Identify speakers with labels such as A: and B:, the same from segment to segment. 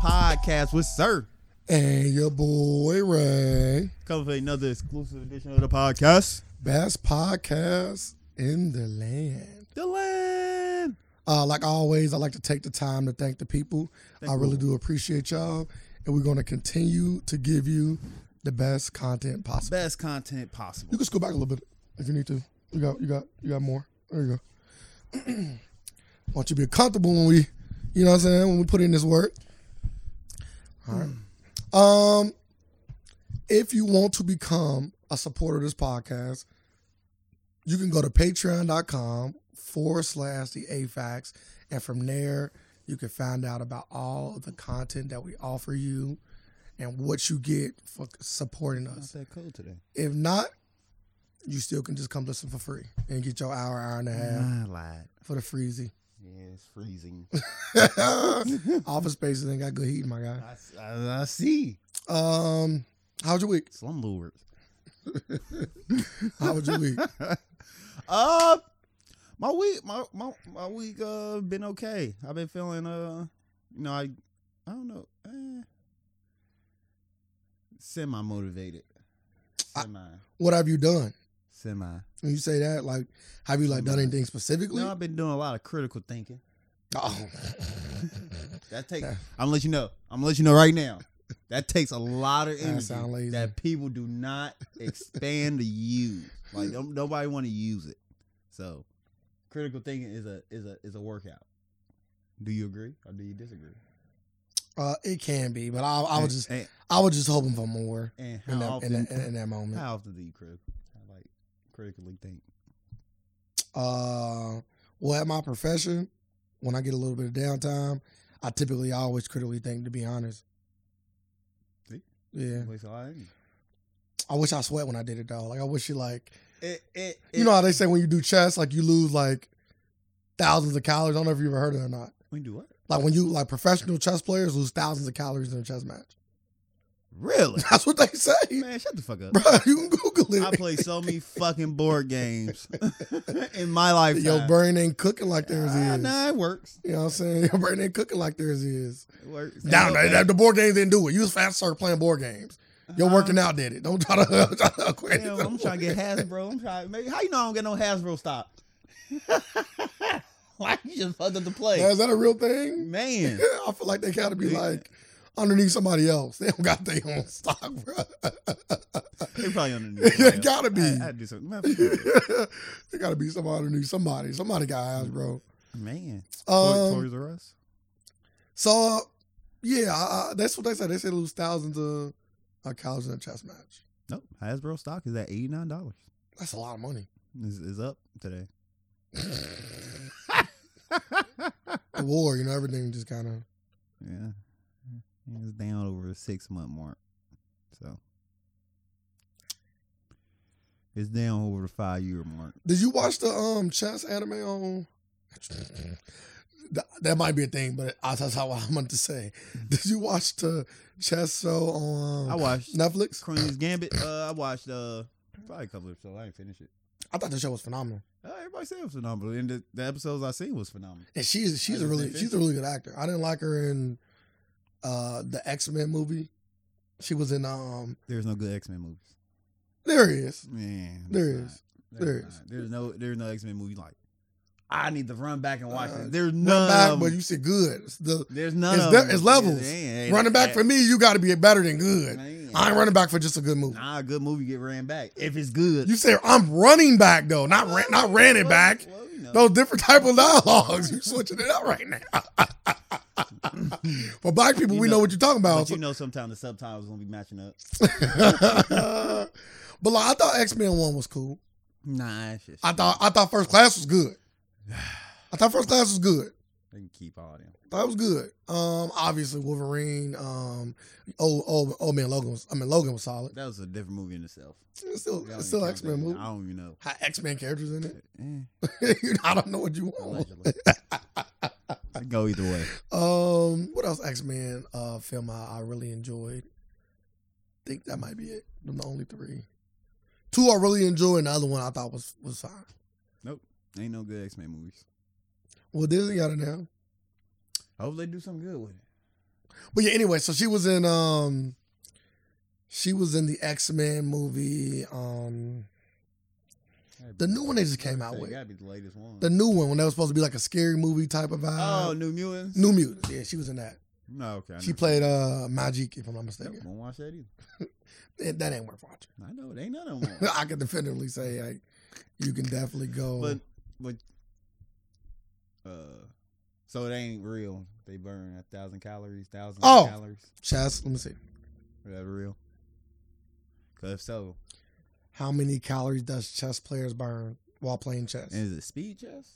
A: podcast with Sir.
B: And your boy Ray.
A: Coming for another exclusive edition of the podcast.
B: Best podcast in the land.
A: The land.
B: Uh, like always, I like to take the time to thank the people. I really do appreciate y'all. And we're going to continue to give you the best content possible.
A: Best content
B: You
A: possible.
B: can scroll back a little bit if you need to. You got, you got, you got more. There you go. Want you to be comfortable when we, you know, what I'm saying when we put in this work. All right. Um, if you want to become a supporter of this podcast, you can go to patreon.com forward slash the AFAX. And from there, you can find out about all of the content that we offer you and what you get for supporting us.
A: that code today?
B: If not, you still can just come listen for free and get your hour, hour and a half
A: I lied.
B: for the freezy.
A: Yeah, it's freezing.
B: Office spaces ain't got good heat, my guy.
A: I, s- I- I see.
B: Um, how's your week?
A: Slumlords.
B: How was your week?
A: Uh, my week, my my my week, uh, been okay. I've been feeling, uh, you know, I, I don't know, eh, semi motivated,
B: I-
A: semi,
B: What have you done?
A: semi.
B: When you say that, like, have you like
A: Mm-hmm.
B: done anything specifically?
A: No, I've been doing a lot of critical thinking.
B: Oh.
A: That takes. I'm gonna let you know. I'm gonna let you know right now. That takes a lot of
B: That
A: energy
B: sound lazy.
A: that people do not expand to use. Like don't- nobody want to use it. So, critical thinking is a is a is a workout. Do you agree or do you disagree?
B: Uh, it can be, but I, I
A: And-
B: was just,
A: and,
B: I was just hoping for more
A: and how
B: in that, in
A: often
B: that, in that moment.
A: how often do you crit I like critically think?
B: Uh, well, at my profession, when I get a little bit of downtime, I typically always critically think, to be honest.
A: See?
B: Yeah,
A: Waste a lot of energy.
B: I wish I sweat when I did it though. Like I wish you like
A: It, it,
B: you know how they say when you do chess, like you lose like thousands of calories. I don't know if you ever heard of it or not.
A: we do what?
B: Like when you like professional chess players lose thousands of calories in a chess match.
A: Really?
B: That's what they say,
A: Man, shut the fuck up.
B: bro. You can Google it.
A: I play so many fucking board games in my life.
B: Your brain ain't cooking like theirs
A: Ah,
B: is.
A: nah, it works.
B: You know what I'm saying? Your brain ain't cooking like theirs is.
A: It works.
B: Down
A: Okay.
B: the board games didn't do it. You was fast start playing board games. Your
A: Uh-huh.
B: working out did it. Don't try to. try to equate it
A: Damn,
B: to
A: Ah, I'm trying to get Hasbro. I'm trying. Maybe, how you know I don't get no Hasbro stop? Why you just fucked up the
B: Now,
A: play,
B: is that a real thing?
A: man?
B: I feel like they gotta be
A: Yeah.
B: like underneath somebody else. They don't got their own stock, bro.
A: They probably underneath.
B: Yeah, it gotta be.
A: I, I do something. Man, fuck it.
B: there gotta be somebody underneath somebody. Somebody got eyes, bro.
A: Man. Toy-
B: Um,
A: Toys R Us.
B: so uh, yeah, I, I, that's what they said. They said lose thousands of uh, calories in a chess match.
A: Nope. Hasbro stock is at eighty nine dollars.
B: That's a lot of money.
A: Is is up today.
B: the war, you know, everything just kind of.
A: Yeah. It's down over the six month mark. So it's down over the five year mark.
B: Did you watch the um chess anime on? Th- That might be a thing, but I, that's how I meant to say. Did you watch the chess show on
A: I watched
B: Netflix?
A: Queen's Gambit. Uh, I watched uh probably a couple episodes. I didn't finish it.
B: I thought the show was phenomenal,
A: Uh, everybody said it was phenomenal, and the, the episodes I seen was phenomenal.
B: and she's
A: I
B: she's a
A: just
B: really
A: didn't
B: she's a really good actor. I didn't like her in uh the X Men movie. She was in um.
A: There's no good X Men movies.
B: There he is.
A: Man,
B: There
A: there's
B: is.
A: not.
B: There
A: There's
B: is.
A: not. There's no. There's no X Men movie like. I need to run back and watch
B: Uh,
A: it. There's
B: Run
A: none.
B: back,
A: of
B: but
A: them.
B: you said good. It's The
A: there's none.
B: it's
A: of
B: there-
A: them.
B: it's levels.
A: Yeah, yeah,
B: running back
A: yeah.
B: for me, you got to be better than good.
A: Man.
B: I ain't running back for just a good movie.
A: Nah, a good movie get ran back if it's good.
B: You said I'm running back though, not ran, not ran it
A: Well,
B: back.
A: well, you know.
B: Those different type of dialogues. You switching it up right now. For black people,
A: You
B: we
A: know-
B: know, what you're talking about.
A: but you know, sometimes the subtitles gonna be matching up.
B: but like, I thought X Men One was cool.
A: Nah, it's just
B: I thought I thought First Class was good. I thought First Class was good.
A: they can keep all them.
B: That was good. Um, obviously Wolverine. Um, old old old man Logan was. I mean Logan was solid.
A: That was a different movie in itself.
B: It's still
A: That
B: Oh, it's
A: don't
B: still
A: even
B: X Men
A: count that.
B: movie.
A: I don't even know.
B: Had X Men characters in it.
A: Eh,
B: You know, I don't know what you want.
A: allegedly. Eh, It go either way.
B: Um, what else X Men uh film I, I really enjoyed? think that might be it. Them the only three. Two I really enjoyed, and the other one I thought was was fine.
A: Ain't no good X Men movies.
B: Well, Disney got it now.
A: I hope they do something good with it.
B: But yeah, anyway, so she was in um she was in the X-Men movie. Um The new one they just came out with.
A: Gotta be the latest one.
B: the new one when that was supposed to be like a scary movie type of vibe.
A: oh, New Mutants.
B: New Mutants. Yeah, she was in that.
A: no, okay. I
B: She
A: know.
B: played uh Magic, if I'm not mistaken.
A: Nope, won't watch that either.
B: That- that ain't worth watching.
A: I know it ain't none of them.
B: I can definitively say like you can definitely go
A: but but uh, so it ain't real. They burn a thousand calories, thousand
B: Oh.
A: calories.
B: Chas, let me see.
A: Is that real? Cause if so,
B: How many calories does chess players burn while playing chess?
A: and is it speed chess?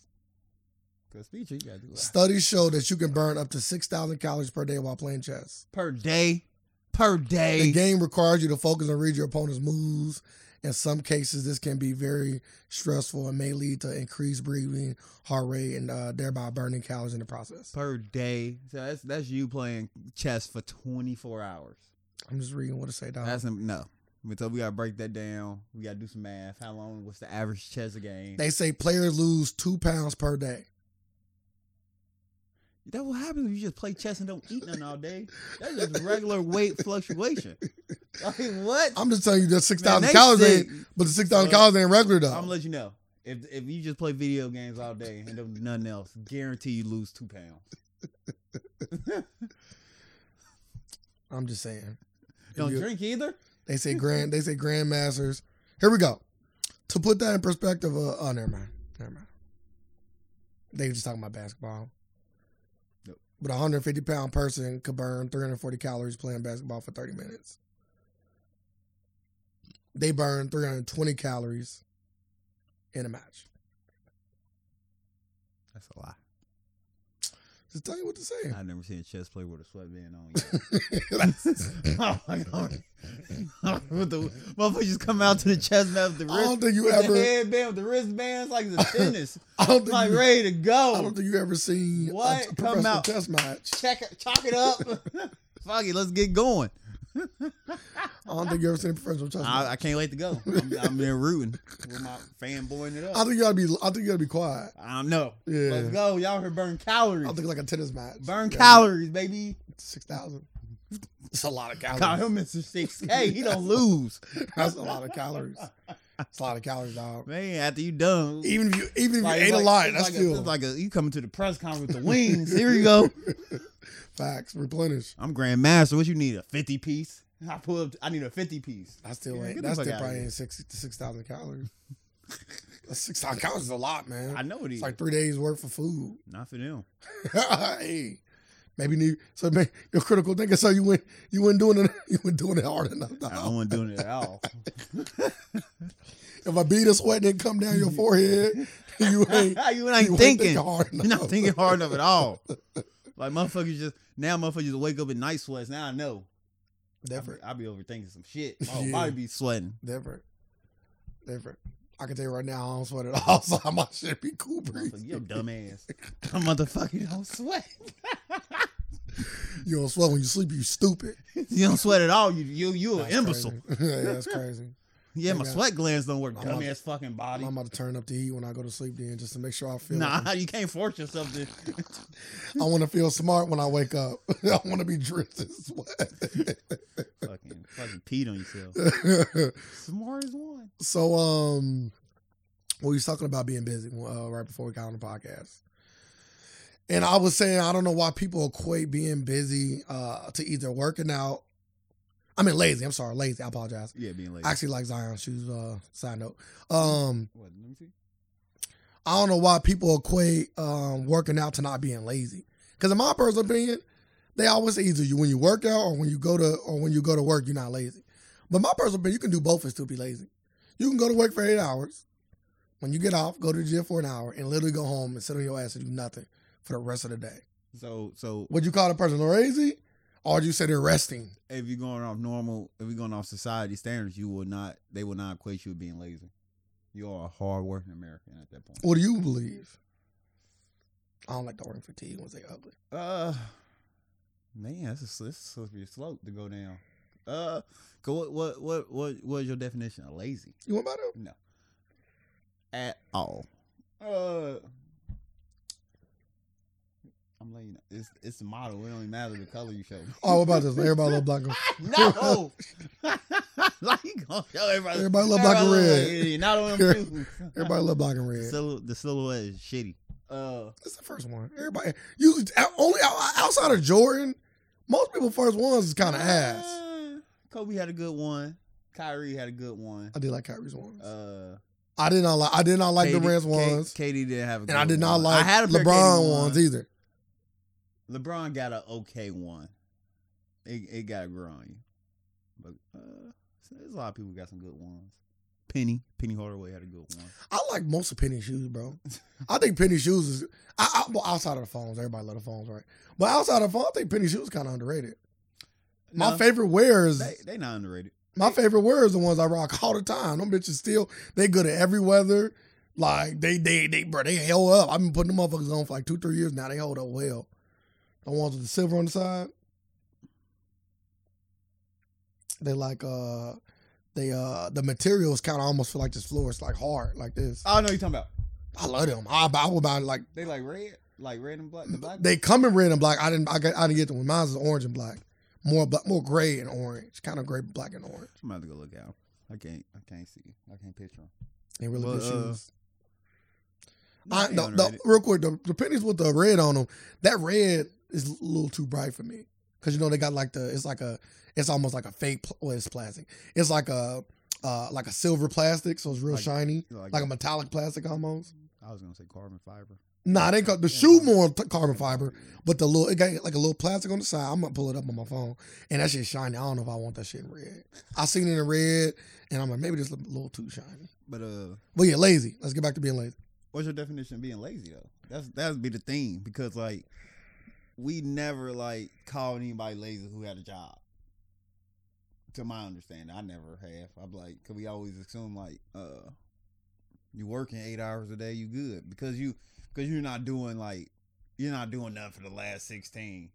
A: Cause speed chess, you gotta do a-
B: Studies show that you can burn up to 6,000 calories per day while playing chess.
A: per day, per
B: The
A: day.
B: game requires you to focus and read your opponent's moves. In some cases, this can be very stressful and may lead to increased breathing, heart rate, and uh, thereby burning calories in the process.
A: per day. So that's that's you playing chess for 24 hours.
B: I'm just reading what it say, dog.
A: That's im- no. So we gotta break that down. We gotta do some math. How long? What's the average chess game?
B: They say players lose two pounds per day.
A: That what happens when you just play chess and don't eat nothing all day. That's just regular weight fluctuation. Like what?
B: I'm just telling you that
A: Man,
B: 6,000
A: they
B: calories
A: sick.
B: ain't, but the 6,000
A: Uh,
B: calories ain't regular,
A: I'm gonna
B: though.
A: let you know. If if you just play video games all day and don't do nothing else, guarantee you lose two pounds.
B: I'm just saying.
A: Don't
B: You-
A: drink either.
B: They say grand. They say grandmasters. Here we go. To put that in perspective, uh, oh, never mind, never mind. They just talking about basketball.
A: Nope.
B: But a 150 pound person could burn 340 calories playing basketball for 30 minutes. They burn 320 calories in a match.
A: That's a lie.
B: Just tell you what to say.
A: I've never seen a chess player with a sweatband on. Yet. oh my god! with the motherfuckers come out to the chess and have the
B: I don't
A: wrist,
B: think you
A: with the
B: ever.
A: headband, with the wristbands, like it's a tennis.
B: I don't
A: I'm
B: think.
A: like
B: you,
A: ready to go.
B: I don't think you ever seen
A: What?
B: a
A: Come
B: professional
A: out.
B: chess match.
A: Check it, chalk it up. Fuck it, let's get going.
B: I don't think you ever seen a professional chess match.
A: I, I can't wait to go. I'm, I'm there rooting with my fanboying it
B: I
A: up.
B: think you gotta be. I think you gotta be quiet.
A: I don't know.
B: Yeah.
A: Let's go. Y'all here burn
B: I
A: calories.
B: think like a tennis match.
A: Burn
B: Yeah,
A: calories, baby.
B: Six thousand. It's a lot of calories.
A: Call him Mr. 6K. He don't lose.
B: That's a lot of calories. It's a lot of calories, dog.
A: Man, after you done.
B: Even if you even if
A: like,
B: you
A: it's
B: ate a
A: like-
B: lot,
A: it's
B: that's
A: like
B: still
A: A, it's like a, you coming to the press conference with the wings. Here you go.
B: facts. Replenish.
A: I'm grandmaster. What you need? A 50 piece? I pull up. I need a 50 piece.
B: I still
A: Yeah,
B: ain't.
A: get the
B: That's
A: fuck
B: still
A: outta
B: probably
A: here.
B: ain't six to six thousand calories. That's six thousand calories is a lot, man.
A: I know it
B: it's
A: is.
B: like three days worth of food.
A: Not for them.
B: hey, maybe you need so man, your critical thinking. So you went you weren't doing it. You weren't doing it hard enough.
A: I
B: Dog.
A: don't want doing it at all.
B: If I beat a sweat didn't come down your forehead, you ain't.
A: you
B: you
A: ain't
B: ain't
A: thinking.
B: hard
A: You're not
B: enough.
A: thinking hard enough at all. Like motherfuckers just now motherfuckers just wake up in night sweats. Now I know. I be,
B: Different.
A: I be overthinking some shit. My whole
B: Yeah.
A: body be sweating.
B: Different. Different. I can tell you right now, I don't sweat at all, so I might shit be cool breeze.
A: Motherfucker, you dumb ass. I motherfucker don't sweat.
B: You don't sweat when you sleep, you stupid.
A: you don't sweat at all. You you you an
B: That's
A: imbecile.
B: crazy. yeah, that's crazy.
A: Yeah, my
B: Yeah.
A: sweat glands don't work.
B: I'm
A: Dumb
B: about-
A: ass fucking body.
B: I'm about to turn up the heat when I go to sleep then just to make sure I feel like-
A: Nah, you can't force yourself to.
B: I want to feel smart when I wake up. I want to be dripped in sweat.
A: fucking fucking peed on yourself. Smart as one.
B: so um well, you was talking about being busy uh, right before we got on the podcast. And I was saying I don't know why people equate being busy uh to either working out. I mean lazy, I'm sorry, lazy. I apologize.
A: Yeah, being lazy.
B: I actually like Zion shoes. Uh, side note. Um,
A: what, let me see.
B: I don't know why people equate um, working out to not being lazy. Because in my personal opinion, they always say either you when you work out or when you go to or when you go to work, you're not lazy. But my personal opinion, you can do both and still be lazy. You can go to work for eight hours. When you get off, go to the gym for an hour and literally go home and sit on your ass and do nothing for the rest of the day.
A: So so
B: Would you call the person lazy? Or would you say they're resting?
A: if you're going off normal, if you're going off society standards, you will not. They will not equate you with being lazy. You are a hard working American at that point.
B: What do you believe? I don't like the word fatigue when they ugly.
A: Uh, man, that's a, sl- that's a slippery slope to go down. Uh, 'cause what what what what what is your definition of lazy
B: You want about it?
A: at all? Uh, I'm letting you know. It's it's the model. It only matters the color you show. me.
B: Oh, what about this? Everybody love black. and-
A: no. like you gonna show everybody?
B: Everybody love black and
A: everybody
B: red.
A: look like, yeah, Not on them too.
B: Everybody love black and
A: The
B: red.
A: silhou- the silhouette is shitty. Uh,
B: That's the first one. Everybody you only outside of Jordan. Most people first ones is kind of ass.
A: uh, Kobe had a good one. Kyrie had a good one.
B: I did like Kyrie's ones.
A: Uh,
B: I did not like. I did not like
A: KD
B: Durant's
A: K-
B: ones,
A: KD didn't have a good
B: and I did not
A: one.
B: like
A: I had a pair of
B: LeBron
A: KD
B: ones either.
A: LeBron got an okay one. It it got to grow on you, but uh, there's a lot of people who got some good ones. Penny Penny Hardaway had a good one.
B: I like most of Penny shoes, bro. I think Penny shoes is. I, I, well, outside of the phones, everybody love the phones, right? But outside of the phone, I think Penny shoes kind of underrated. My
A: No,
B: favorite wear is
A: they they not underrated.
B: my favorite wear is the ones I rock all the time. Them bitches still they good at every weather. Like they they they bro they held up. I've been putting them motherfuckers on for like two three years now. They hold up well. The ones with the silver on the side. They like uh they uh the materials kind of almost feel like this floor. It's like hard like this.
A: Oh no, you talking about
B: I love them. I I would buy like
A: they like red, like red and black. The black
B: they come in red and black. I didn't I, got, I didn't get the one. Mine's is orange and black. More black, more gray and orange. Kind of gray, black and orange.
A: I'm about to go look out. I can't. I can't see. I can't picture them.
B: They really
A: Well,
B: good
A: uh,
B: shoes. I, the, the, real quick, the, the pennies with the red on them, that red is a little too bright for me. Cause you know they got like the it's like a it's almost like a fake pl- well it's plastic. It's like a uh like a silver plastic, so it's real
A: Like-
B: shiny,
A: like,
B: like a metallic plastic almost.
A: I was gonna say carbon fiber.
B: Nah, they cut the
A: Yeah,
B: shoe
A: carbon-
B: more t- carbon fiber, but the little it got like a little plastic on the side. I'm gonna pull it up on my phone, and that shit shiny. I don't know if I want that shit in red. I seen it in red, and I'm like maybe this a little too shiny.
A: But uh,
B: But yeah, lazy. Let's get back to being lazy.
A: what's your definition of being lazy though? That's that'd be the thing because like we never like called anybody lazy who had a job. To my understanding, I never have. I'm like, cause we always assume like, uh, you working eight hours a day, you good because you because you're not doing like you're not doing nothing for the last sixteen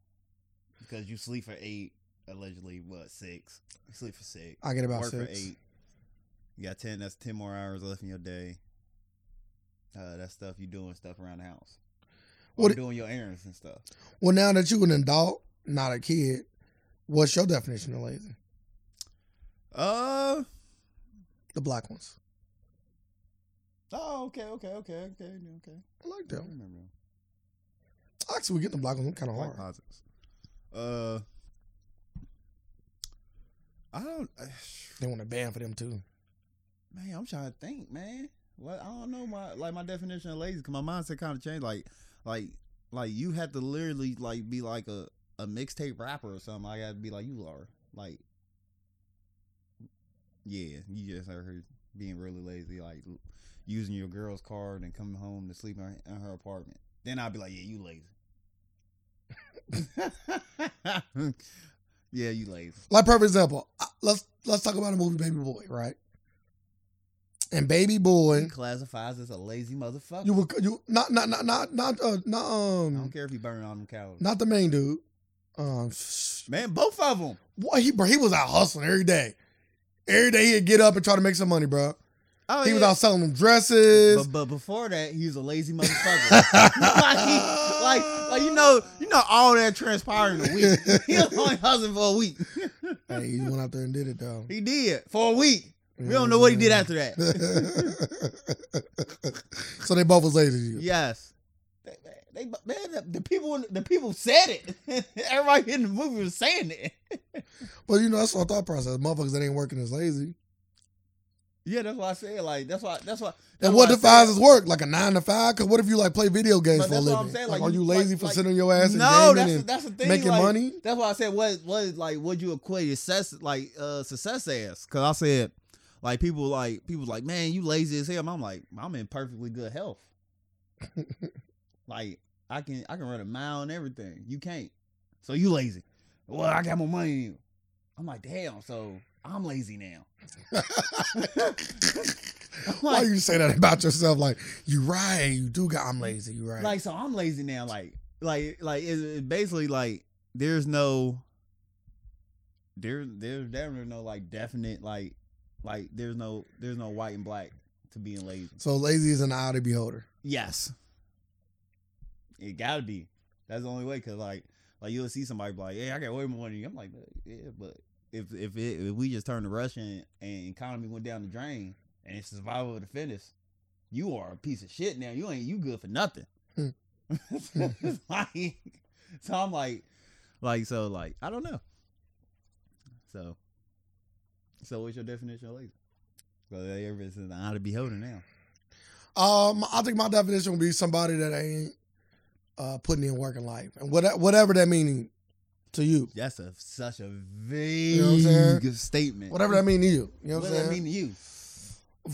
A: because you sleep for eight allegedly what six you sleep for six
B: I get about
A: work for
B: six.
A: eight. You got ten. That's ten more hours left in your day. Uh, that's stuff you doing stuff around the house. Or
B: What-
A: doing your errands and stuff.
B: Well, now that you an adult, not a kid, what's your definition of lazy?
A: Uh
B: The black ones.
A: oh, okay, okay, okay, okay, okay.
B: I like
A: I
B: them.
A: remember.
B: Actually, we get the black ones. kind of
A: Like
B: hard.
A: positives. Uh, I don't.
B: They want to ban for them too.
A: Man, I'm trying to think, man. What I don't know my like my definition of lazy because my mindset kind of changed. Like, like, like you had to literally like be like a a mixtape rapper or something. I got to be like you are. Like, yeah, you just heard her being really lazy, like l- using your girl's car and then coming home to sleep in her, in her apartment. Then I'd be like, yeah, you lazy. yeah, you lazy.
B: Like perfect example. I- Let's let's talk about the movie Baby Boy, right? And Baby
A: He
B: Boy,
A: classifies as a lazy motherfucker.
B: you would you not not not not not uh, not
A: I don't
B: um
A: care if you burn all them calories.
B: not the main dude. Um, sh-
A: Man, both of them.
B: boy, he bro, he was out hustling every day. Every day he'd get up and try to make some money, bro.
A: Oh,
B: he was out selling them
A: But,
B: dresses.
A: but before that, he was a lazy motherfucker. like, like, like, you know, you know, all that transpired in a week. He was only hustling for a week.
B: Hey, he went out there and did it though.
A: He did for a week. We don't know what he did after that.
B: so they both was lazy. to you.
A: Yes, they, they, they- man, the, the people, in- the people said it. Everybody in the movie was saying it.
B: Well, you know that's my thought process. Motherfuckers that ain't working is lazy.
A: Yeah, that's why I said like that's why that's why. that's
B: And what
A: why I
B: defines
A: said-
B: his work? Like a nine to five? Cause what if you like play video games
A: But
B: for a
A: that's what I'm
B: living?
A: saying,
B: Like,
A: like,
B: are you
A: you-
B: lazy
A: like-
B: for
A: like-
B: sitting on your ass
A: No,
B: and gaming
A: that's
B: and
A: that's the thing.
B: making
A: like,
B: money?
A: That's why I said what what like would you equate success like uh success as? Cause I said like people like people like man you lazy as hell. I'm like I'm in perfectly good health. like I can I can run a mile and everything. You can't, so you lazy. Well, I got more money than you. I'm like damn. So I'm lazy now. I'm
B: Why
A: like,
B: you say that about yourself? Like you right, you do got. I'm lazy. You right.
A: like so I'm lazy now. Like like like it, it basically like there's no there there's definitely no like definite like like there's no there's no white and black to being lazy.
B: so lazy is an eye of the beholder.
A: Yes, it gotta be. That's the only way. Cause like, like you'll see somebody be like, "Yeah, I got way more money." I'm like, "Yeah, but if if it, if we just turn the Russian and economy went down the drain and it's survival of the fittest, you are a piece of shit now. You ain't you good for nothing."
B: Hmm.
A: It's like- so I'm like, like so like I don't know. So, so what's your definition of lazy? Well, ever since the eye to beholder now.
B: Um, I think my definition would be somebody that ain't uh, putting in work in life, and what, whatever that meaning to you,
A: That's a such a vague
B: what I'm saying?
A: statement.
B: whatever that mean to you. You know
A: What does
B: what, I'm saying?
A: that mean to you?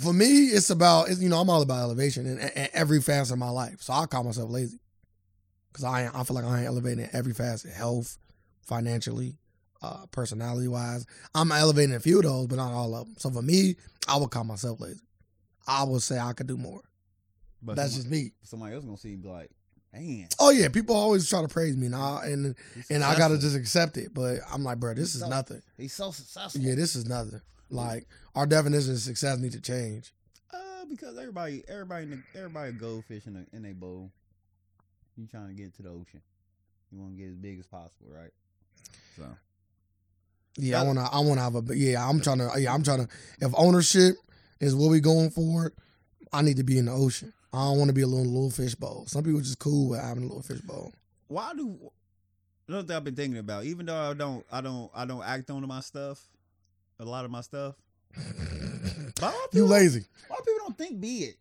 B: For me, it's about it's, you know I'm all about elevation in, in every facet of my life, so I call myself lazy because I ain't- I feel like I ain't elevating in every facet, health, financially, uh, personality wise. I'm elevating a few of those, but not all of them. So for me, I would call myself lazy. I would say I could do more.
A: But
B: That's
A: somebody,
B: just me.
A: somebody else gonna see you and be like, man.
B: Oh yeah, people always try to praise me, and I, and
A: he's
B: and I gotta
A: successful.
B: just accept it. But I'm like, bro, this is
A: So-
B: nothing.
A: He's so successful.
B: Yeah, this is nothing. Like our definition of success need to change.
A: Uh, because everybody, everybody, in the, everybody, a goldfish in a in a bowl. You trying to get to the ocean. You want to get as big as possible, right? So
B: Yeah, I
A: Brother.
B: wanna, I wanna have a. but Yeah, I'm trying to. Yeah, I'm trying to. If ownership is what we going for, I need to be in the ocean. I don't want to be a little little fish bowl. Some people just cool with having a little fish bowl.
A: why do? Another thing I've been thinking about, even though I don't, I don't, I don't act on my stuff, a lot of my stuff. But why
B: You
A: people-
B: lazy.
A: Why people don't think be it?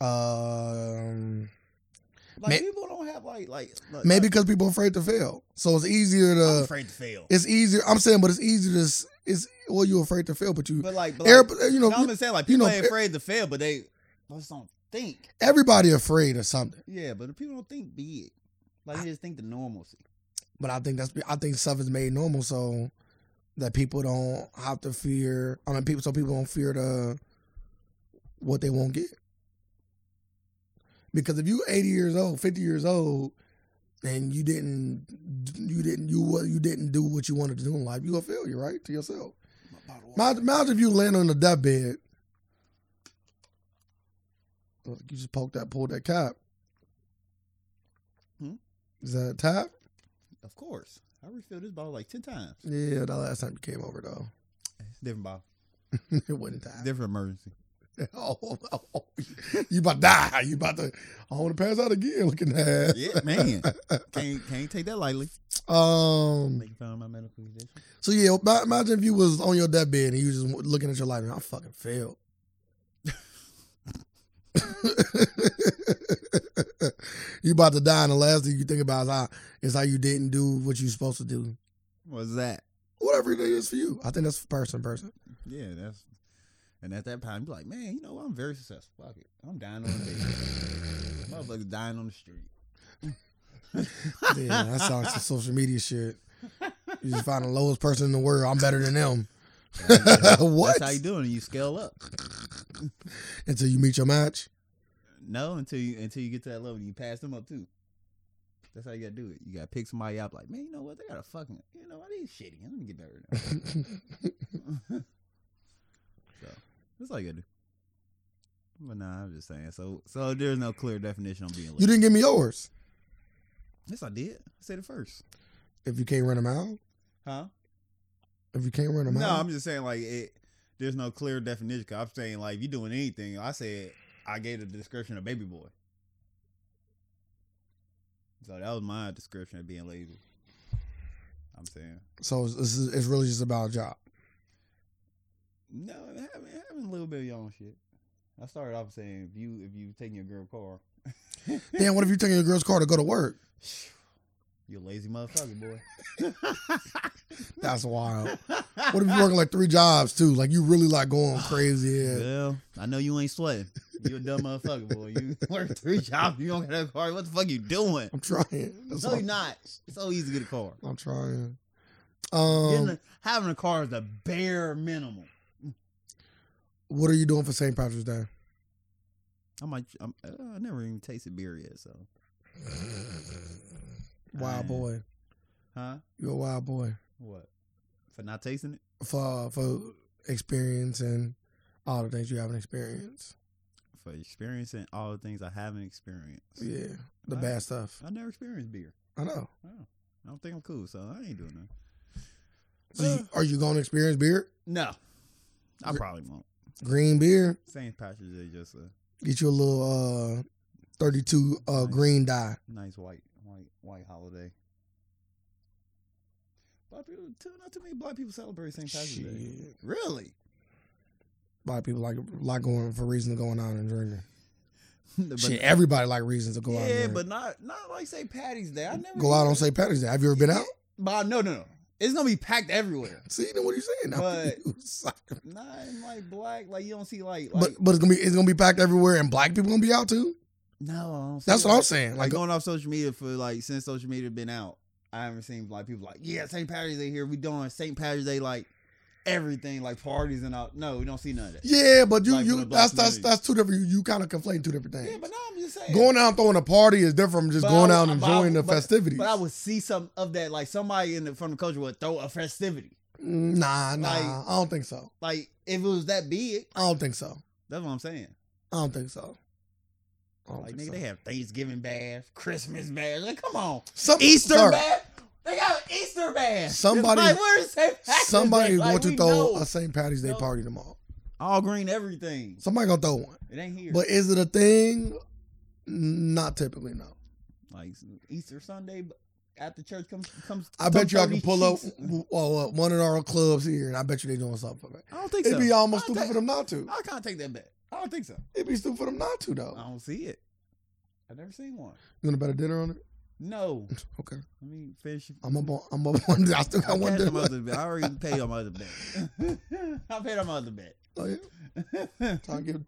B: Um,
A: Like
B: May-
A: people don't have like like like-
B: maybe because people afraid to fail, so it's easier
A: I'm
B: to.
A: afraid to fail.
B: It's easier. I'm saying, but it's easier to. s- It's well, you afraid to fail, but you.
A: But like, but
B: Air,
A: like
B: you
A: no, I'm
B: know,
A: just saying like
B: you
A: people
B: know,
A: ain't afraid to fail, but they just don't think.
B: everybody afraid of something.
A: Yeah, but the people don't think big. Like they just think the normalcy.
B: but I think that's I think stuff is made normal so that people don't have to fear. I mean, people so people don't fear the what they won't get. Because if you 80 years old, 50 years old, and you didn't you didn't you what you didn't do what you wanted to do in life, you a failure, right? To yourself. Imagine, imagine if you land on the deathbed. Look, You just poked that, pulled that cap.
A: Hmm?
B: Is that a tap?
A: Of course, I refilled this bottle like ten times.
B: Yeah, the last time you came over though,
A: Different bottle,
B: it wouldn't die.
A: different emergency.
B: Oh, oh, you about to die? You about to? I want to pass out again. Looking at
A: Yeah, man, can't can't take that lightly.
B: um.
A: Make you fun of my medical condition.
B: So yeah, ma- imagine if you was on your deathbed and you just w- looking at your life and I fucking failed. you about to die, and the last thing you think about is how is how you didn't do what you supposed to do.
A: What's that?
B: Whatever it is for you, I think that's person person.
A: Yeah, that's. And at that time, you're like, man, you know, I'm very successful. Fuck it, I'm dying on the day. Motherfuckers dying on the street.
B: Yeah, that sounds like some social media shit. You just find the lowest person in the world. I'm better than them. what?
A: That's how you do it. and You scale up.
B: Until you meet your match.
A: No, until you until you get to that level, you pass them up too. That's how you gotta do it. You gotta pick somebody up. Like, man, you know what? They got a fucking, you know, what? They shitty. Let me get better. Now. so that's all you gotta do. But nah, I'm just saying. So so there's no clear definition on being
B: You
A: lazy.
B: didn't give me yours.
A: Yes, I did. I said it first.
B: If you can't run them out,
A: Huh?
B: if you can't run them
A: No,
B: out,
A: I'm just saying like it. There's no clear definition. i I'm saying like if you're doing anything, I said I gave the description of baby boy. So that was my description of being lazy. I'm saying
B: so it's, it's, it's really just about a job.
A: no, having, having a little bit of your own shit. I started off saying if you if you taking your girl car,
B: Damn, what if you're taking your girl's car to go to work?
A: you a lazy motherfucker, boy.
B: That's wild. What if you're working like three jobs too? Like you really like going crazy. Yeah.
A: Well, I know you ain't sweating. You a dumb motherfucker, boy. You work three jobs. You don't get a car. What the fuck you doing?
B: I'm trying. That's
A: No,
B: all-
A: you're not. It's so easy to get a car.
B: I'm trying.
A: Getting
B: Um,
A: a- having a car is the bare minimum.
B: what are you doing for St. Patrick's Day?
A: I might. I'm, uh, I never even tasted beer yet. So,
B: Wild
A: Uh,
B: boy,
A: huh?
B: you're a wild boy.
A: What for not tasting it?
B: for for experience and all the things you haven't experienced.
A: for experiencing all the things I haven't experienced.
B: Yeah, the
A: I-
B: bad stuff.
A: I never experienced beer.
B: I know.
A: Oh, I don't think I'm cool, so I ain't doing nothing.
B: So you, are you going to experience beer?
A: No, I
B: Re-
A: probably won't.
B: Green beer.
A: St. Patrick's Day just a
B: Get you a little uh, thirty-two uh,
A: Nice.
B: green dye.
A: nice white, white, white holiday. Black people, too, not too many black people celebrate St. Patrick's Day.
B: Shit.
A: Really?
B: Black people like like going for reason to going out and drinking.
A: But-
B: Shit, everybody like reasons to go out.
A: yeah,
B: and
A: but not not like St. Patty's Day. I never
B: go out
A: even-
B: on St. Patrick's Day. Have you ever been out?
A: But no, no, no. It's gonna be packed everywhere.
B: See, then what are you saying? I'm
A: But-
B: confused.
A: Not in like black, like you don't see like like.
B: but but it's gonna be it's gonna be packed everywhere, and black people gonna be out too.
A: no, I don't see
B: That's
A: it.
B: what I'm saying.
A: Like
B: Like,
A: going off social media for like since social media been out, I haven't seen like people like yeah St. Patrick's Day here. We doing St. Patrick's Day like everything like parties and all. No, we don't see none of that.
B: yeah, but you
A: Like,
B: you
A: from the black
B: that's that's
A: community.
B: that's two different. You, you kind of conflating two different things.
A: Yeah, but no, I'm just saying
B: Going out and throwing a party is different from just
A: But I
B: going
A: would-
B: out and
A: but I would-
B: enjoying the
A: but-
B: festivities.
A: But I would see some of that like somebody in the, from the culture would throw a festivity.
B: nah, nah,
A: Like-
B: I don't think so.
A: Like if it was that big,
B: I don't think so.
A: that's what I'm saying.
B: I don't think so. I don't
A: Like
B: think
A: nigga,
B: so.
A: they have Thanksgiving bash, Christmas bash. Like come on.
B: Some-
A: Easter
B: sir,
A: bash. They got an Easter bash.
B: Somebody-
A: It's like, where is St. Patrick's
B: Somebody
A: Day?
B: is
A: Like,
B: going to
A: we
B: throw
A: know.
B: a St. Patty's Day
A: No.
B: party tomorrow.
A: all green everything.
B: Somebody gonna throw one.
A: It ain't here.
B: But is it a thing? Not typically, no.
A: like Easter Sunday b- after church comes comes.
B: I bet
A: comes
B: you I
A: throw
B: can
A: these
B: pull up
A: cheeks.
B: well, uh, one of our clubs here, and I bet you they doing something for that.
A: I don't think so.
B: It'd be almost
A: I'll
B: stupid for
A: take-
B: them not to.
A: I can't take that bet. I don't think so.
B: It'd be stupid for them not to
A: I
B: though.
A: don't see it. I never seen one.
B: You want a better dinner on it?
A: No.
B: Okay,
A: Let me finish.
B: I'm up on I'm up on. I still
A: I,
B: got one
A: cashed
B: dinner.
A: my
B: left.
A: other bet. I already paid on my other bet. I paid on my other bet.
B: Oh, yeah. So I give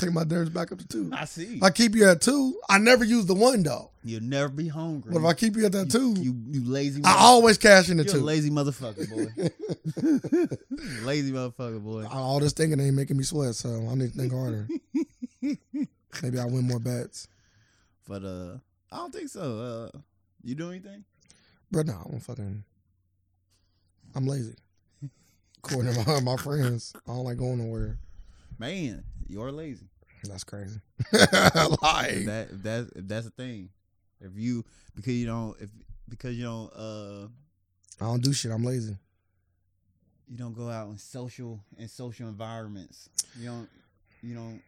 B: take my dinners back up to two.
A: I see.
B: If I keep you at two, I never use the one though.
A: You'll never be hungry.
B: But if I keep you at that
A: you,
B: two,
A: you, you lazy.
B: I
A: mother-
B: always cash in the
A: You're a
B: two.
A: lazy motherfucker, boy. lazy motherfucker, boy.
B: All this thinking ain't making me sweat, so I need to think harder. Maybe I win more bets.
A: But uh, I don't think so. Uh, you do anything?
B: But no, I'm fucking. I'm lazy. According to my, my friends, I don't like going nowhere.
A: Man, you're lazy.
B: That's crazy.
A: If
B: like,
A: that if that's if that's a thing. If you because you don't if because you don't uh
B: I don't do shit. I'm lazy.
A: you don't go out in social in social environments. You don't you don't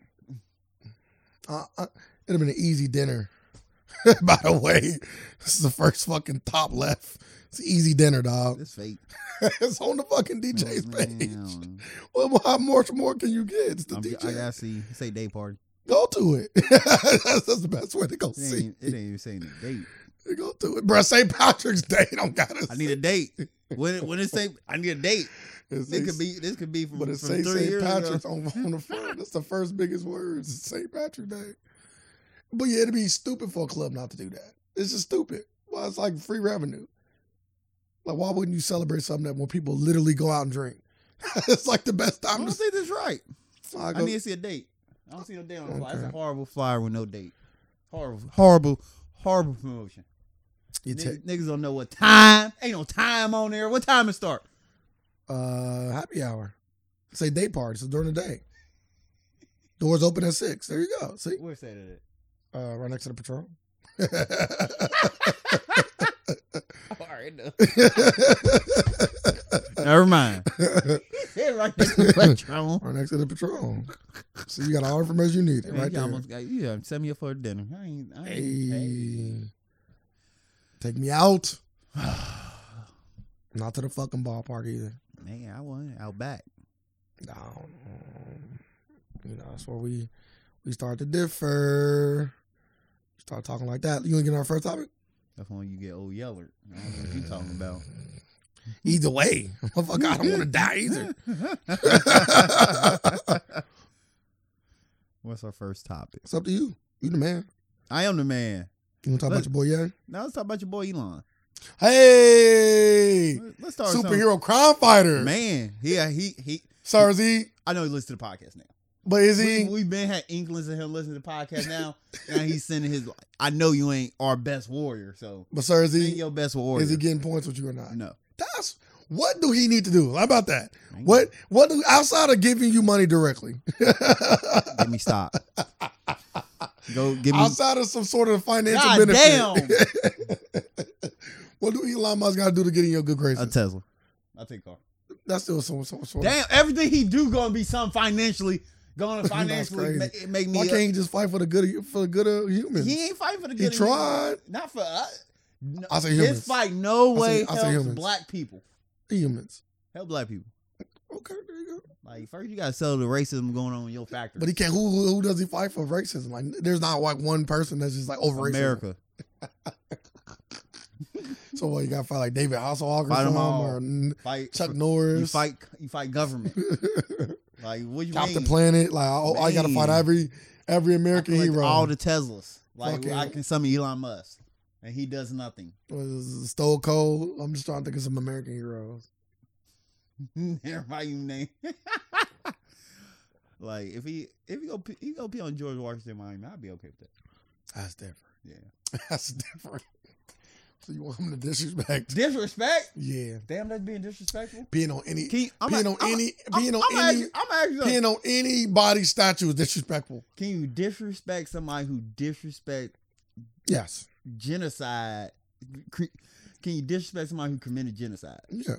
B: I, I, it'd have been an easy dinner. By the way, this is the first fucking top left. It's an easy dinner, dog.
A: it's fake.
B: it's on the fucking DJ's
A: Oh, Man,
B: page. Well, how much more can you get? It's the
A: I'm,
B: DJ.
A: I gotta see say day party.
B: go to it. that's, that's the best way to go
A: It
B: see.
A: ain't, it ain't even saying the date.
B: Go to it, bro. St. Patrick's Day don't gotta.
A: I need a date. When when it say I need a date.
B: It's-
A: It could be this could be from,
B: But
A: from
B: it say
A: three
B: St.
A: years
B: Patrick's
A: ago.
B: on, on the front. That's the first biggest words. It's St. Patrick's Day. But yeah, it'd be stupid for a club not to do that. It's just stupid. Well, it's like free revenue. Like, why wouldn't you celebrate something that when people literally go out and drink? it's like the best
A: I
B: time
A: don't
B: to
A: think that's right.
B: I
A: I
B: go,
A: need to see a date. I don't see no date on the flyer. That's
B: Okay.
A: a horrible flyer with no date. Horrible, horrible, horrible promotion.
B: you
A: Niggas,
B: take
A: niggas don't know what time. Ain't no time on there. What time it start?
B: uh happy hour. Say day party, so during the day. Doors open at six. There you go. See?
A: Where's that at?
B: Uh, right next to the patrol.
A: All right, no. Never mind. He said right next to the Patron.
B: right next to the patrol. So you got all the information you need
A: Man,
B: right
A: you
B: there.
A: almost got you. Yeah, send me up for dinner. I ain't. I
B: hey.
A: ain't hey.
B: Take me out. Not to the fucking ballpark either.
A: Man, I want out back.
B: No. You know, that's where we we start to differ. Start talking like that. You gonna get on our first topic?
A: That's when you get old yeller. I don't know what you talking about.
B: Either way. Motherfucker, I don't wanna die either.
A: What's our first topic?
B: It's up to you. You the man.
A: I am the man.
B: You wanna talk about your boy Yang?
A: Now let's talk about your boy Elon.
B: Hey!
A: Let- Let's start with
B: Superhero crime fighter.
A: something. Man, yeah, he he.
B: Sir Z.
A: I know he listens to the podcast now.
B: But is
A: We,
B: he
A: we've been had inklings of him listening to the podcast now. now he's sending his. I know you ain't our best warrior, so
B: but Sir Z
A: ain't your best warrior.
B: Is he getting points with you or not?
A: no.
B: That's what do he need to do? How about that? What what do outside of giving you money directly?
A: Let me stop. Go give me.
B: outside of some sort of financial
A: God
B: benefit. what do Elon Musk got to do to get in your good
A: A
B: graces?
A: Tesla. I take car.
B: That's still some, some sort. of
A: Damn, everything he do gonna be something financially gonna
B: That's
A: financially ma-
B: crazy.
A: make me.
B: Why can't he just fight for the good of, for the good of humans?
A: he ain't fighting for the
B: he
A: good. of
B: tried
A: humans. Not for us. No,
B: I say humans.
A: this fight no
B: I say-
A: way
B: I say
A: helps
B: humans.
A: black people.
B: humans.
A: Help black people.
B: Okay, there you go.
A: Like first, you gotta settle the racism going on in your factory.
B: But he can't. Who who who does he fight for racism? Like, there's not like one person that's just like over racism.
A: America.
B: So what you got to fight like David Hasselhoff or
A: Fight 'em
B: something,
A: all.
B: or n-
A: Fight.
B: Chuck
A: you
B: Norris.
A: fight. You fight government. Like what you
B: Top the
A: mean?
B: planet. Like I, I got to fight
A: Man.
B: every every
A: I
B: American
A: collect
B: hero.
A: All the Teslas. Like
B: Fucking-
A: I can summon Elon Musk, and he does nothing.
B: was Stole Cold. I'm just trying to think of some American heroes.
A: Everybody you name. like if he if he go p- he go pee on George Washington Monument, I'd be okay with that.
B: That's different.
A: Yeah.
B: That's different. So you want him to disrespect?
A: Disrespect?
B: Yeah,
A: Damn, that's being disrespectful.
B: being on any
A: Can you, I'm
B: being
A: a-
B: on
A: I'm a-
B: any
A: I'm,
B: being on
A: I'm
B: any
A: Asking, I'm asking something.
B: being on anybody's statue is disrespectful.
A: Can you disrespect somebody who disrespect
B: Yes.
A: genocide? Cre- Can you disrespect somebody who committed genocide?
B: Yeah.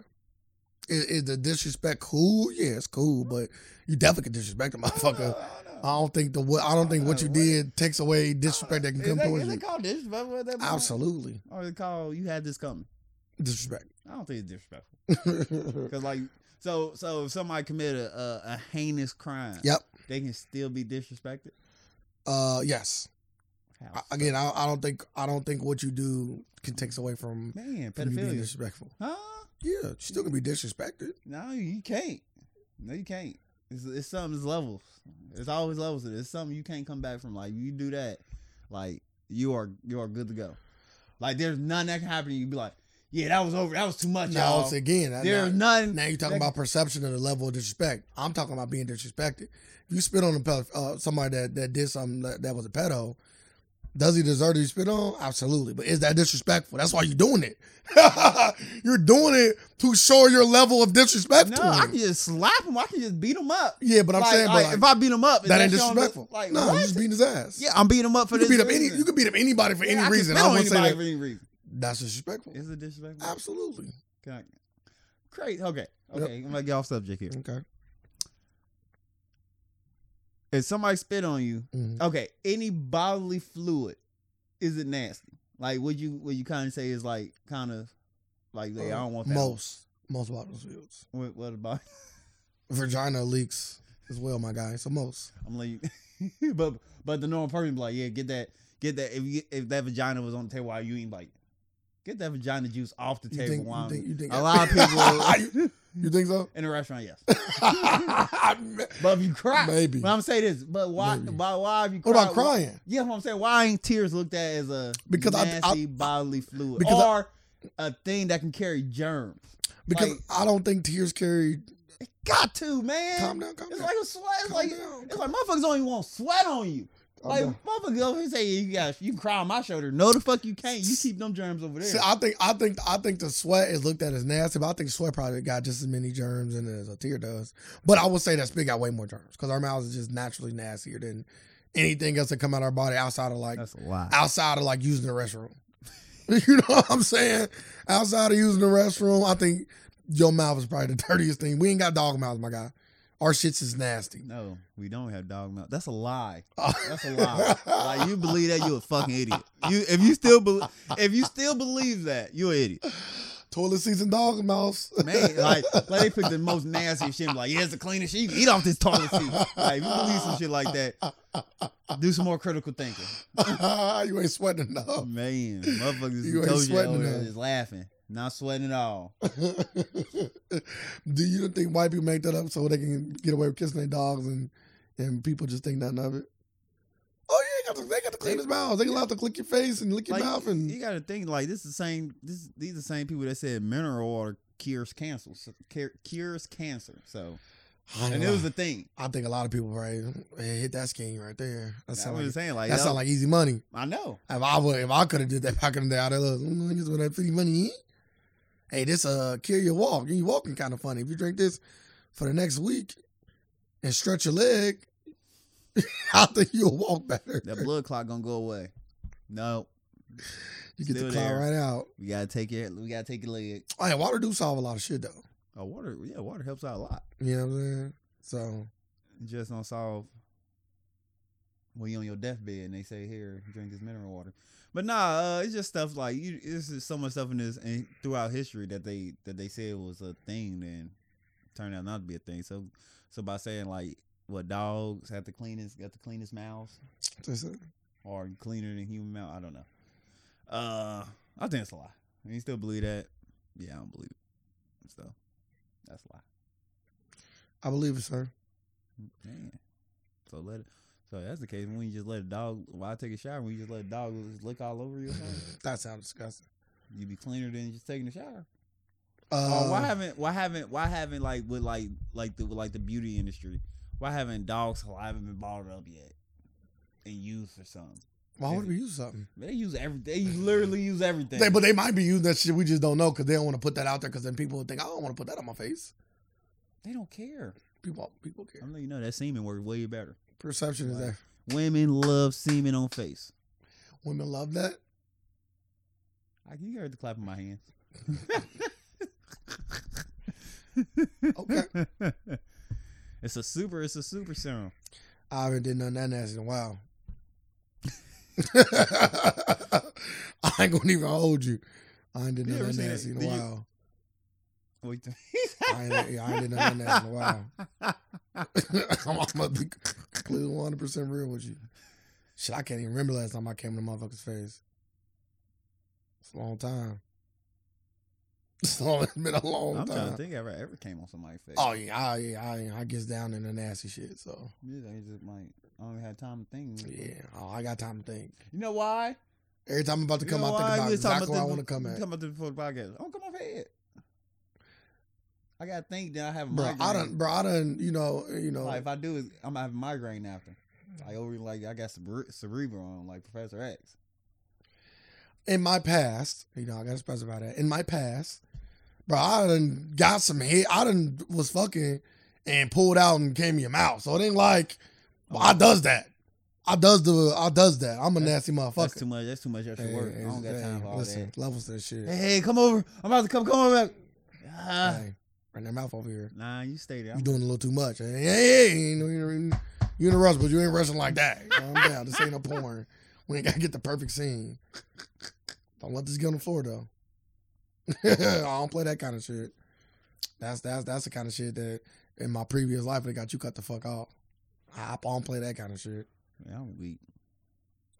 B: Is, is the disrespect cool? Yeah, it's cool, but you definitely can disrespect a
A: I don't
B: motherfucker.
A: know, I don't
B: I
A: know.
B: don't think the what I don't think what you did takes away disrespect that can
A: Is
B: come
A: that-
B: towards
A: Is
B: you.
A: it called disrespect? at that point?
B: Absolutely
A: Or is it called you had this coming?
B: disrespect.
A: I don't think it's disrespectful. Cause like so so if somebody committed a, a, a heinous crime,
B: yep.
A: they can still be disrespected.
B: Uh. Yes.
A: How
B: I- again, I, I don't think I don't think what you do can takes away from,
A: man,
B: from you being
A: pedophilia.
B: disrespectful.
A: Huh?
B: Yeah, you still can be disrespected.
A: No, you can't. No, you can't. It's, it's something. It's levels. It's always levels. to this. It's something you can't come back from. Like you do that, like you are you are good to go. Like there's nothing that can happen. to You be like, yeah, that was over. That was too much,
B: Now
A: y'all.
B: it's again. I-
A: There's
B: now,
A: nothing.
B: now you're talking about perception of the level of disrespect. I'm talking about being disrespected. If you spit on a pe- uh, somebody that, that did something that, that was a pedo, does he deserve to be spit on? Absolutely. But is that disrespectful? That's why you're doing it. you're doing it to show your level of disrespect
A: No,
B: to
A: I
B: him.
A: can just slap him. I can just beat him up.
B: yeah, but I'm
A: Like,
B: saying, but
A: like,
B: like,
A: if I beat him up, is
B: that ain't
A: showing
B: disrespectful.
A: Like,
B: no, you
A: what?
B: just beating his ass.
A: yeah, I'm beating him up for
B: You can
A: this.
B: beat up any.
A: reason.
B: You can beat up anybody for
A: Yeah, I
B: any
A: can
B: reason.
A: spit
B: I
A: on
B: wouldn't say
A: anybody
B: that.
A: for any reason.
B: That's disrespectful.
A: Is it disrespectful?
B: Absolutely.
A: Can I, great. Okay.
B: Yep.
A: Okay. I'm gonna get off subject here.
B: Okay.
A: If somebody spit on you,
B: Mhm.
A: okay, any bodily fluid, is it nasty? Like, would you would you kind of say is like kind of like yeah, I don't want that.
B: most most battlefields.
A: What, what about?
B: Vagina leaks as well, my guy. So most.
A: I'm like, but but the normal person be like, yeah, get that get that if you, if that vagina was on the table while you eating, like, get that vagina juice off the
B: You
A: table.
B: think,
A: while
B: you
A: I'm-
B: think you think
A: a lot of people
B: you think so?
A: in the restaurant, yes.
B: what
A: But if you cry,
B: Maybe.
A: But I'm saying this, but why?
B: Maybe.
A: Why? Why have you? Cried,
B: about crying?
A: Yeah, what I'm saying. Why ain't tears looked at as a
B: Because I- I-
A: nasty bodily fluid
B: because I-
A: or a thing that can carry germs?
B: Because
A: Like-
B: I don't think tears carry.
A: Got to man.
B: Calm down, calm
A: It's
B: down.
A: like a sweat. It's
B: Calm
A: like
B: down,
A: it's like motherfuckers don't even want sweat on you.
B: Calm
A: like
B: down.
A: motherfuckers over here say you got you can cry on my shoulder. No, the fuck you can't. You keep them germs over there.
B: See, I think I think I think the sweat is looked at as nasty, but I think sweat probably got just as many germs in it as a tear does. But I would say that spit got way more germs because our mouths is just naturally nastier than anything else that come out of our body outside of like
A: That's a lie.
B: outside of like using the restroom. you know what I'm saying? Outside of using the restroom, I think your mouth is probably the dirtiest thing. We ain't got dog mouths, my guy. Our shit's is nasty.
A: No, we don't have dog mouth. That's a lie. That's a lie. like you believe that, you a fucking idiot. You if you still believe if you still believe that, you an idiot.
B: Toilet season dog mouths.
A: Man, like, like they pick the most nasty shit. and be Like, yeah, it's the cleanest shit. You can eat off this toilet seat. Like, if you believe some shit like that, do some more critical thinking.
B: you ain't sweating enough.
A: Man, motherfuckers
B: You ain't
A: told you
B: sweating
A: over there
B: enough.
A: is laughing, not sweating at all.
B: Do you think white people make that up so they can get away with kissing their dogs and and people just think nothing of it? Oh yeah, they got the, they got the cleanest mouths. They can allowed to click your face and lick your
A: Like,
B: mouth and
A: you got to think like this is the same. This these are the same people that said mineral water cures cancer. So, cure- cures cancer. So,
B: I,
A: and it was the thing.
B: I think a lot of people right hey, hit that scheme right there. That
A: That's what
B: sound
A: I'm
B: like,
A: saying. Like,
B: that
A: yo,
B: sound like easy money.
A: I know.
B: If I would, if I could have did that back in the day, I'd have looked, mm, niggas with that pretty money. eh? Hey, this uh kill your walk. You walking kind of funny. If you drink this for the next week and stretch your leg, I think you'll walk better.
A: That blood clot gonna go away. No,
B: you get
A: still
B: the cloud
A: there.
B: right out.
A: we gotta take your we gotta take your leg.
B: Oh, yeah, water do solve a lot of shit though.
A: Oh, water, yeah, water helps out a lot.
B: You know what I'm saying? So
A: It just don't solve when you on your deathbed and they say here drink this mineral water. But nah, uh, it's just stuff like you. It's just so much stuff in this and throughout history that they that they said was a thing, then turned out not to be a thing. So, so by saying like what dogs have the cleanest got the cleanest mouths
B: that's it.
A: or cleaner than human mouth, I don't know. Uh, I think it's a lie. You still believe that? Yeah, I don't believe it. So that's a lie.
B: I believe it, sir.
A: Man. So let it. So that's the case. When you just let a dog, why take a shower? When you just let a dog just lick all over you, or something?
B: That sounds disgusting.
A: you be cleaner than just taking a shower.
B: Uh,
A: Oh, why haven't? Why haven't? Why haven't like with like like the with, like the beauty industry? Why haven't dogs saliva been bottled up yet and used for something?
B: why would we use something?
A: They use every. They literally use everything.
B: They, but they might be using that shit. We just don't know because they don't want to put that out there because then people would think, "Oh, I don't want to put that on my face.
A: they don't care.
B: People, people care.
A: I'm letting you know that semen works way better.
B: Perception is
A: Right.
B: there.
A: Women love semen on face.
B: Women love that.
A: I can hear the clap in my hands. okay. It's a super. It's a super serum.
B: I haven't did nothing that nasty in a while. I ain't gonna even hold you. I ain't did
A: You
B: nothing
A: ever
B: that
A: seen
B: nasty
A: it?
B: in a
A: Did you-
B: while.
A: Wait. till-
B: I ain't, yeah, I ain't did nothing that nasty in a while. I'm, I'm gonna be completely 100 percent real with you. Shit, I can't even remember last time I came in the motherfucker's face. It's a long time. It's, long, it's been a long
A: I'm trying to
B: time.
A: think. if I ever came on somebody's face.
B: Oh yeah, I, yeah, I, I gets down in the nasty shit. So
A: Yeah, I just like I don't have time to think.
B: yeah, oh, I got time to think.
A: You know why?
B: Every time I'm about to
A: You
B: come,
A: know
B: I think
A: why?
B: about
A: We was talking
B: exactly where I
A: this
B: want to
A: before-
B: come
A: we
B: at.
A: Come up to before the podcast. Oh, come on head. I gotta think that I have a
B: Bro,
A: migraine.
B: I done, bro, I done, you know, you know,
A: Like if I do, is I'm gonna have a migraine after. Like over, like I got cere- cerebral on, like Professor X.
B: in my past, you know, I gotta specify that. In my past, bro, I done got some head. I done was fucking and pulled out and came in your mouth. So it ain't like well, I does that. I does the, I does that. I'm a
A: That's-
B: nasty
A: That's
B: motherfucker.
A: too much. That's too much extra
B: Hey,
A: work. I don't got
B: hey,
A: time for all
B: listen, levels to that shit.
A: that. Hey, hey, come over. I'm about to come. Come over. Ah.
B: Hey, run that mouth over here.
A: Nah, you stay there.
B: You
A: I'm-
B: doing a little too much. Hey, hey, hey, you know, you know, you in a rush, but you ain't rushing like that. Calm down. This ain't no porn. We ain't gotta get the perfect scene. Don't let this get on the floor though. I don't play that kind of shit. That's that's that's the kind of shit that in my previous life they got you cut the fuck off. I I don't play that kind of shit.
A: Yeah, I'm weak.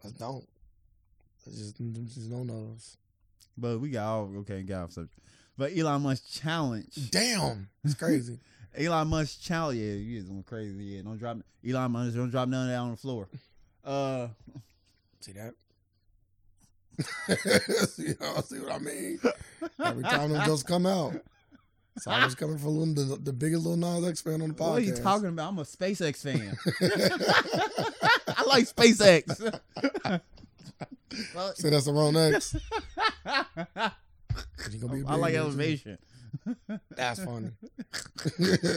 B: I don't. I just, just don't know.
A: But we got all okay, got off subject. But Elon Musk challenge.
B: Damn, it's crazy.
A: Elon Musk challenge. Yeah, you just went crazy. Yeah, don't drop Elon Musk. Don't drop none of that on the floor. Uh,
B: See that? see, y'all see what I mean? Every time them just come out. It's always coming from Lil- the, the biggest little Nas X fan on the podcast.
A: what are you talking about? I'm a SpaceX fan. I like SpaceX. Well,
B: Say that's the wrong X. You gonna be a
A: I like
B: big bitch.
A: elevation.
B: That's funny.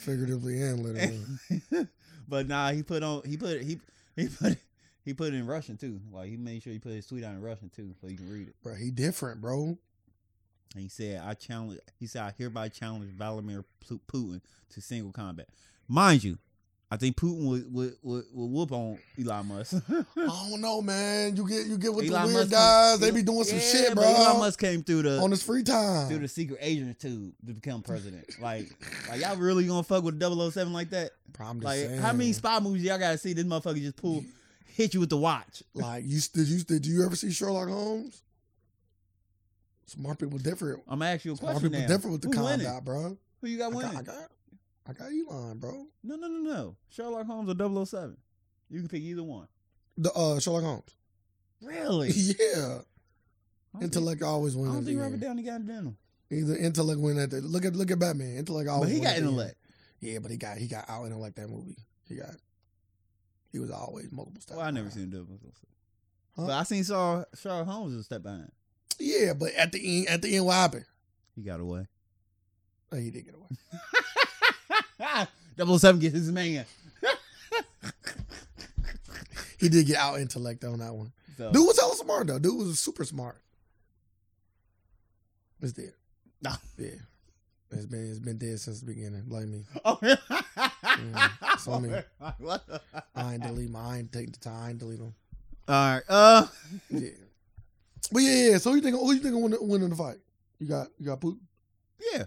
B: Figuratively and literally.
A: but nah, he put on. He put he he put he put it in Russian too. Like he made sure he put his tweet out in Russian too, so you can read it.
B: Bro, he different, bro.
A: And he said, "I challenge." He said, "I hereby challenge Vladimir Pu- Putin to single combat." Mind you, I think Putin would would, would, would whoop on Elon Musk.
B: I don't know, man. You get you get with
A: Elon
B: the weird
A: Musk-
B: guys. They be doing some
A: Yeah,
B: shit,
A: but
B: bro.
A: Elon Musk came through the
B: on his free
A: through
B: time.
A: the secret agent tube to become president. like, like y'all really gonna fuck with 007 like that?
B: Bro, I'm just
A: Like,
B: saying.
A: how many spy movies y'all gotta see this motherfucker just pull, hit you with the watch?
B: Like you did you did you ever see Sherlock Holmes? Smart people different.
A: I'm gonna ask you a
B: Smart
A: question
B: people
A: now.
B: different with the
A: Who winning?
B: conduct, bro.
A: Who you got
B: I got,
A: winning?
B: I got I got Elon, bro.
A: No, no, no, no. Sherlock Holmes or 007. You can pick either one.
B: The uh Sherlock Holmes.
A: Really?
B: yeah.
A: I don't think-
B: Intellect always
A: I
B: wins.
A: don't
B: at the
A: think Robert
B: end.
A: Downey got denim.
B: Either intellect win at the look at look at Batman. Intellect
A: But
B: always
A: he
B: Oh, win
A: got
B: at the end.
A: intellect.
B: Yeah, but he got he got out intellect that movie. He got he was always multiple steps.
A: Well, I never
B: behind.
A: seen him do it. But I seen Saul Sherlock Holmes was a step behind.
B: Yeah, but at the end at the end what happened?
A: He got away.
B: Oh, he did get away.
A: 007 gets his man.
B: he did get out intellect on that one.
A: So,
B: Dude was hella smart though. Dude was super smart. It's dead.
A: Nah.
B: Yeah. It's been it's been dead since the beginning. Blame me.
A: Oh, Mm,
B: so I mean-
A: What the-
B: I ain't delete my I ain't take the time, I ain't delete them.
A: All right. Uh,
B: Yeah. But yeah, yeah. So who you think who you think win winning the fight? You got you got Putin?
A: yeah.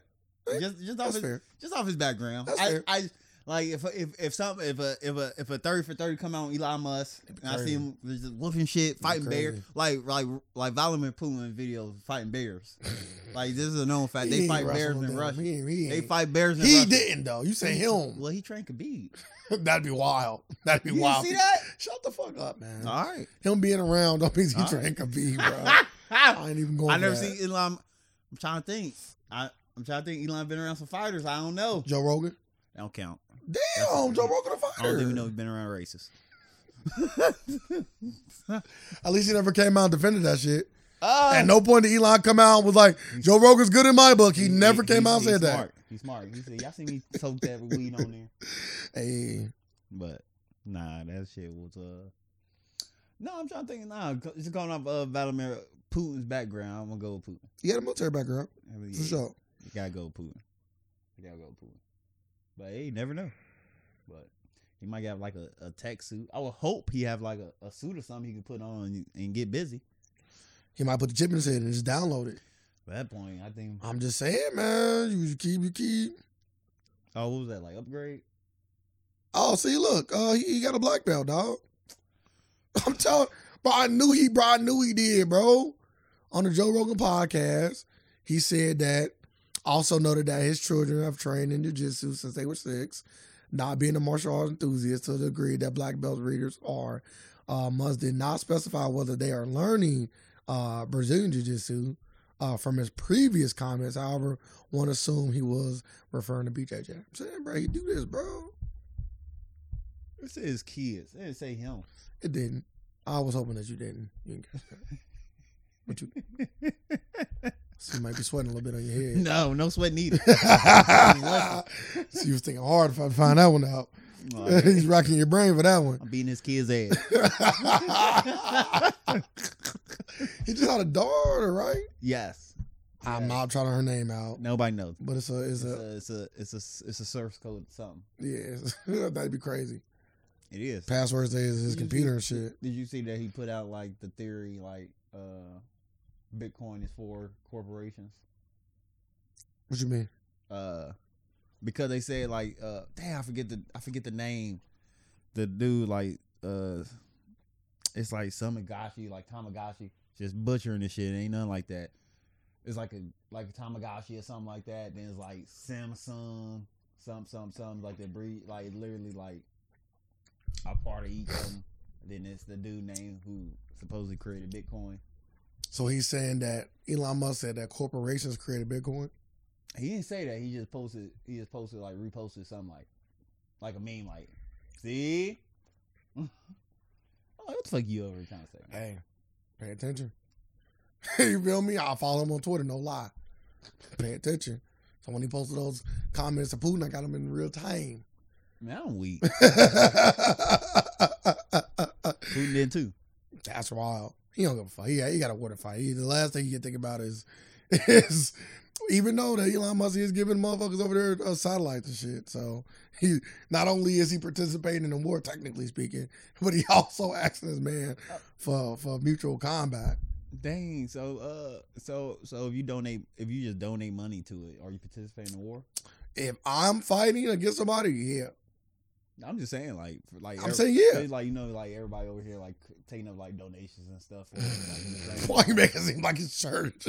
A: Just, just off
B: That's
A: his,
B: fair.
A: just off his background.
B: That's
A: I,
B: fair.
A: I like if if if some if a if a if a thirty for thirty come out on Elon Musk and I see
B: crazy.
A: him just whooping shit, fighting bear
B: crazy.
A: like like like Vladimir Putin videos fighting bears. like this is a known fact. They
B: He
A: fight
B: ain't
A: bears
B: wrestled
A: in
B: them.
A: Russia.
B: He, ain't- he,
A: They
B: ain't.
A: fight bears in
B: he
A: Russia.
B: didn't though. You say him.
A: Well, he trained Khabib.
B: That'd be wild. That'd be
A: You didn't
B: wild.
A: see that?
B: Shut the fuck up, man.
A: All right.
B: Him being around don't mean he
A: All right.
B: drank a bee, bro. I ain't even going.
A: I
B: for
A: never
B: that.
A: seen Elon. I'm trying to think. I, I'm trying to think. Elon been around some fighters. I don't know.
B: Joe Rogan.
A: That don't count.
B: Damn, Joe Rogan a
A: I
B: fighter.
A: don't even know he's been around racists.
B: At least he never came out and defended that shit.
A: Uh,
B: At no point did Elon come out and was like, Joe Rogan's good in my book. He,
A: he-
B: never
A: he-
B: came
A: he's-
B: out and
A: he's
B: said that.
A: smart. He's smart. He said, "Y'all see me soak that weed on there."
B: Hey,
A: But nah, that shit was uh. No, I'm trying to think. Nah, it's going off uh, Vladimir Putin's background. I'm gonna go with Putin.
B: he had a military background.
A: I mean,
B: For sure.
A: You gotta go with Putin. You gotta go with Putin. But hey, you never know. But he might have like a, a tech suit. I would hope he have like a, a suit or something he could put on and, and get busy.
B: He might put the chip in his head and just download it.
A: At that point, I think.
B: I'm just saying, man. You keep, you keep.
A: Oh, what was that like? Upgrade.
B: Oh, see, look, uh, he, he got a black belt, dog. I'm telling, bro. I knew he, bro. I knew he did, bro. On the Joe Rogan podcast, he said that. Also noted that his children have trained in jujitsu since they were six. Not being a martial arts enthusiast to the degree that black belt readers are, uh, Musk did not specify whether they are learning uh, Brazilian jiu-jitsu uh, from his previous comments. However, one assumed he was referring to BJJ. I'm saying, bro, he do this, bro.
A: It says his kids. It didn't say him.
B: It didn't. I was hoping that you didn't. You didn't catch that. But you, so you might be sweating a little bit on your head.
A: no, no sweat needed.
B: so you was thinking hard if I find that one out.
A: All right.
B: He's rocking your brain for that one.
A: Oh, I'm beating his kid's ass.
B: he just had a daughter, right?
A: yes.
B: I'm not trying to her name out,
A: Nobody knows.
B: but it's a it's
A: It's
B: a
A: a, it's a, it's a, it's a source code something.
B: yeah. it's- that'd be crazy.
A: It is.
B: Passwords day is his
A: Did you
B: computer and
A: see-
B: shit.
A: Did you see that he put out like the theory like uh Bitcoin is for corporations?
B: What you mean?
A: Uh because they said like uh damn I forget the I forget the name. The dude like uh it's like Samagashi, like Tamagashi, just butchering this shit. It ain't nothing like that. It's like a like a Tamagashi or something like that. Then it's like Samsung, some some some like the breed like literally like a part of each of them. Then it's the dude name who supposedly created Bitcoin.
B: So he's saying that Elon Musk said that corporations created Bitcoin.
A: He didn't say that. He just posted. He just posted like reposted something like, like a meme like, see. I'm like, what the fuck you over trying to say?
B: Hey, pay attention. you feel me? I follow him on Twitter, no lie. Pay attention. So when he posted those comments to Putin, I got him in real time.
A: Man, I'm weak.
B: That's
A: Putin did too.
B: wild. He don't give a fuck. He, he got a water fight. He, the last thing he can think about is, is even though that Elon Musk is giving motherfuckers over there uh, satellites and shit. So he not only is he participating in the war, technically speaking, but he also asking his man for for mutual combat.
A: Dang. So, uh, so, so if you donate, if you just donate money to it, are you participating in the war?
B: If I'm fighting against somebody, yeah.
A: I'm just saying, like, for, like
B: I'm
A: every-
B: saying yeah.
A: it's like you know, like everybody over here, like taking up like donations and stuff. for, like,
B: Why you make it seem like it's church?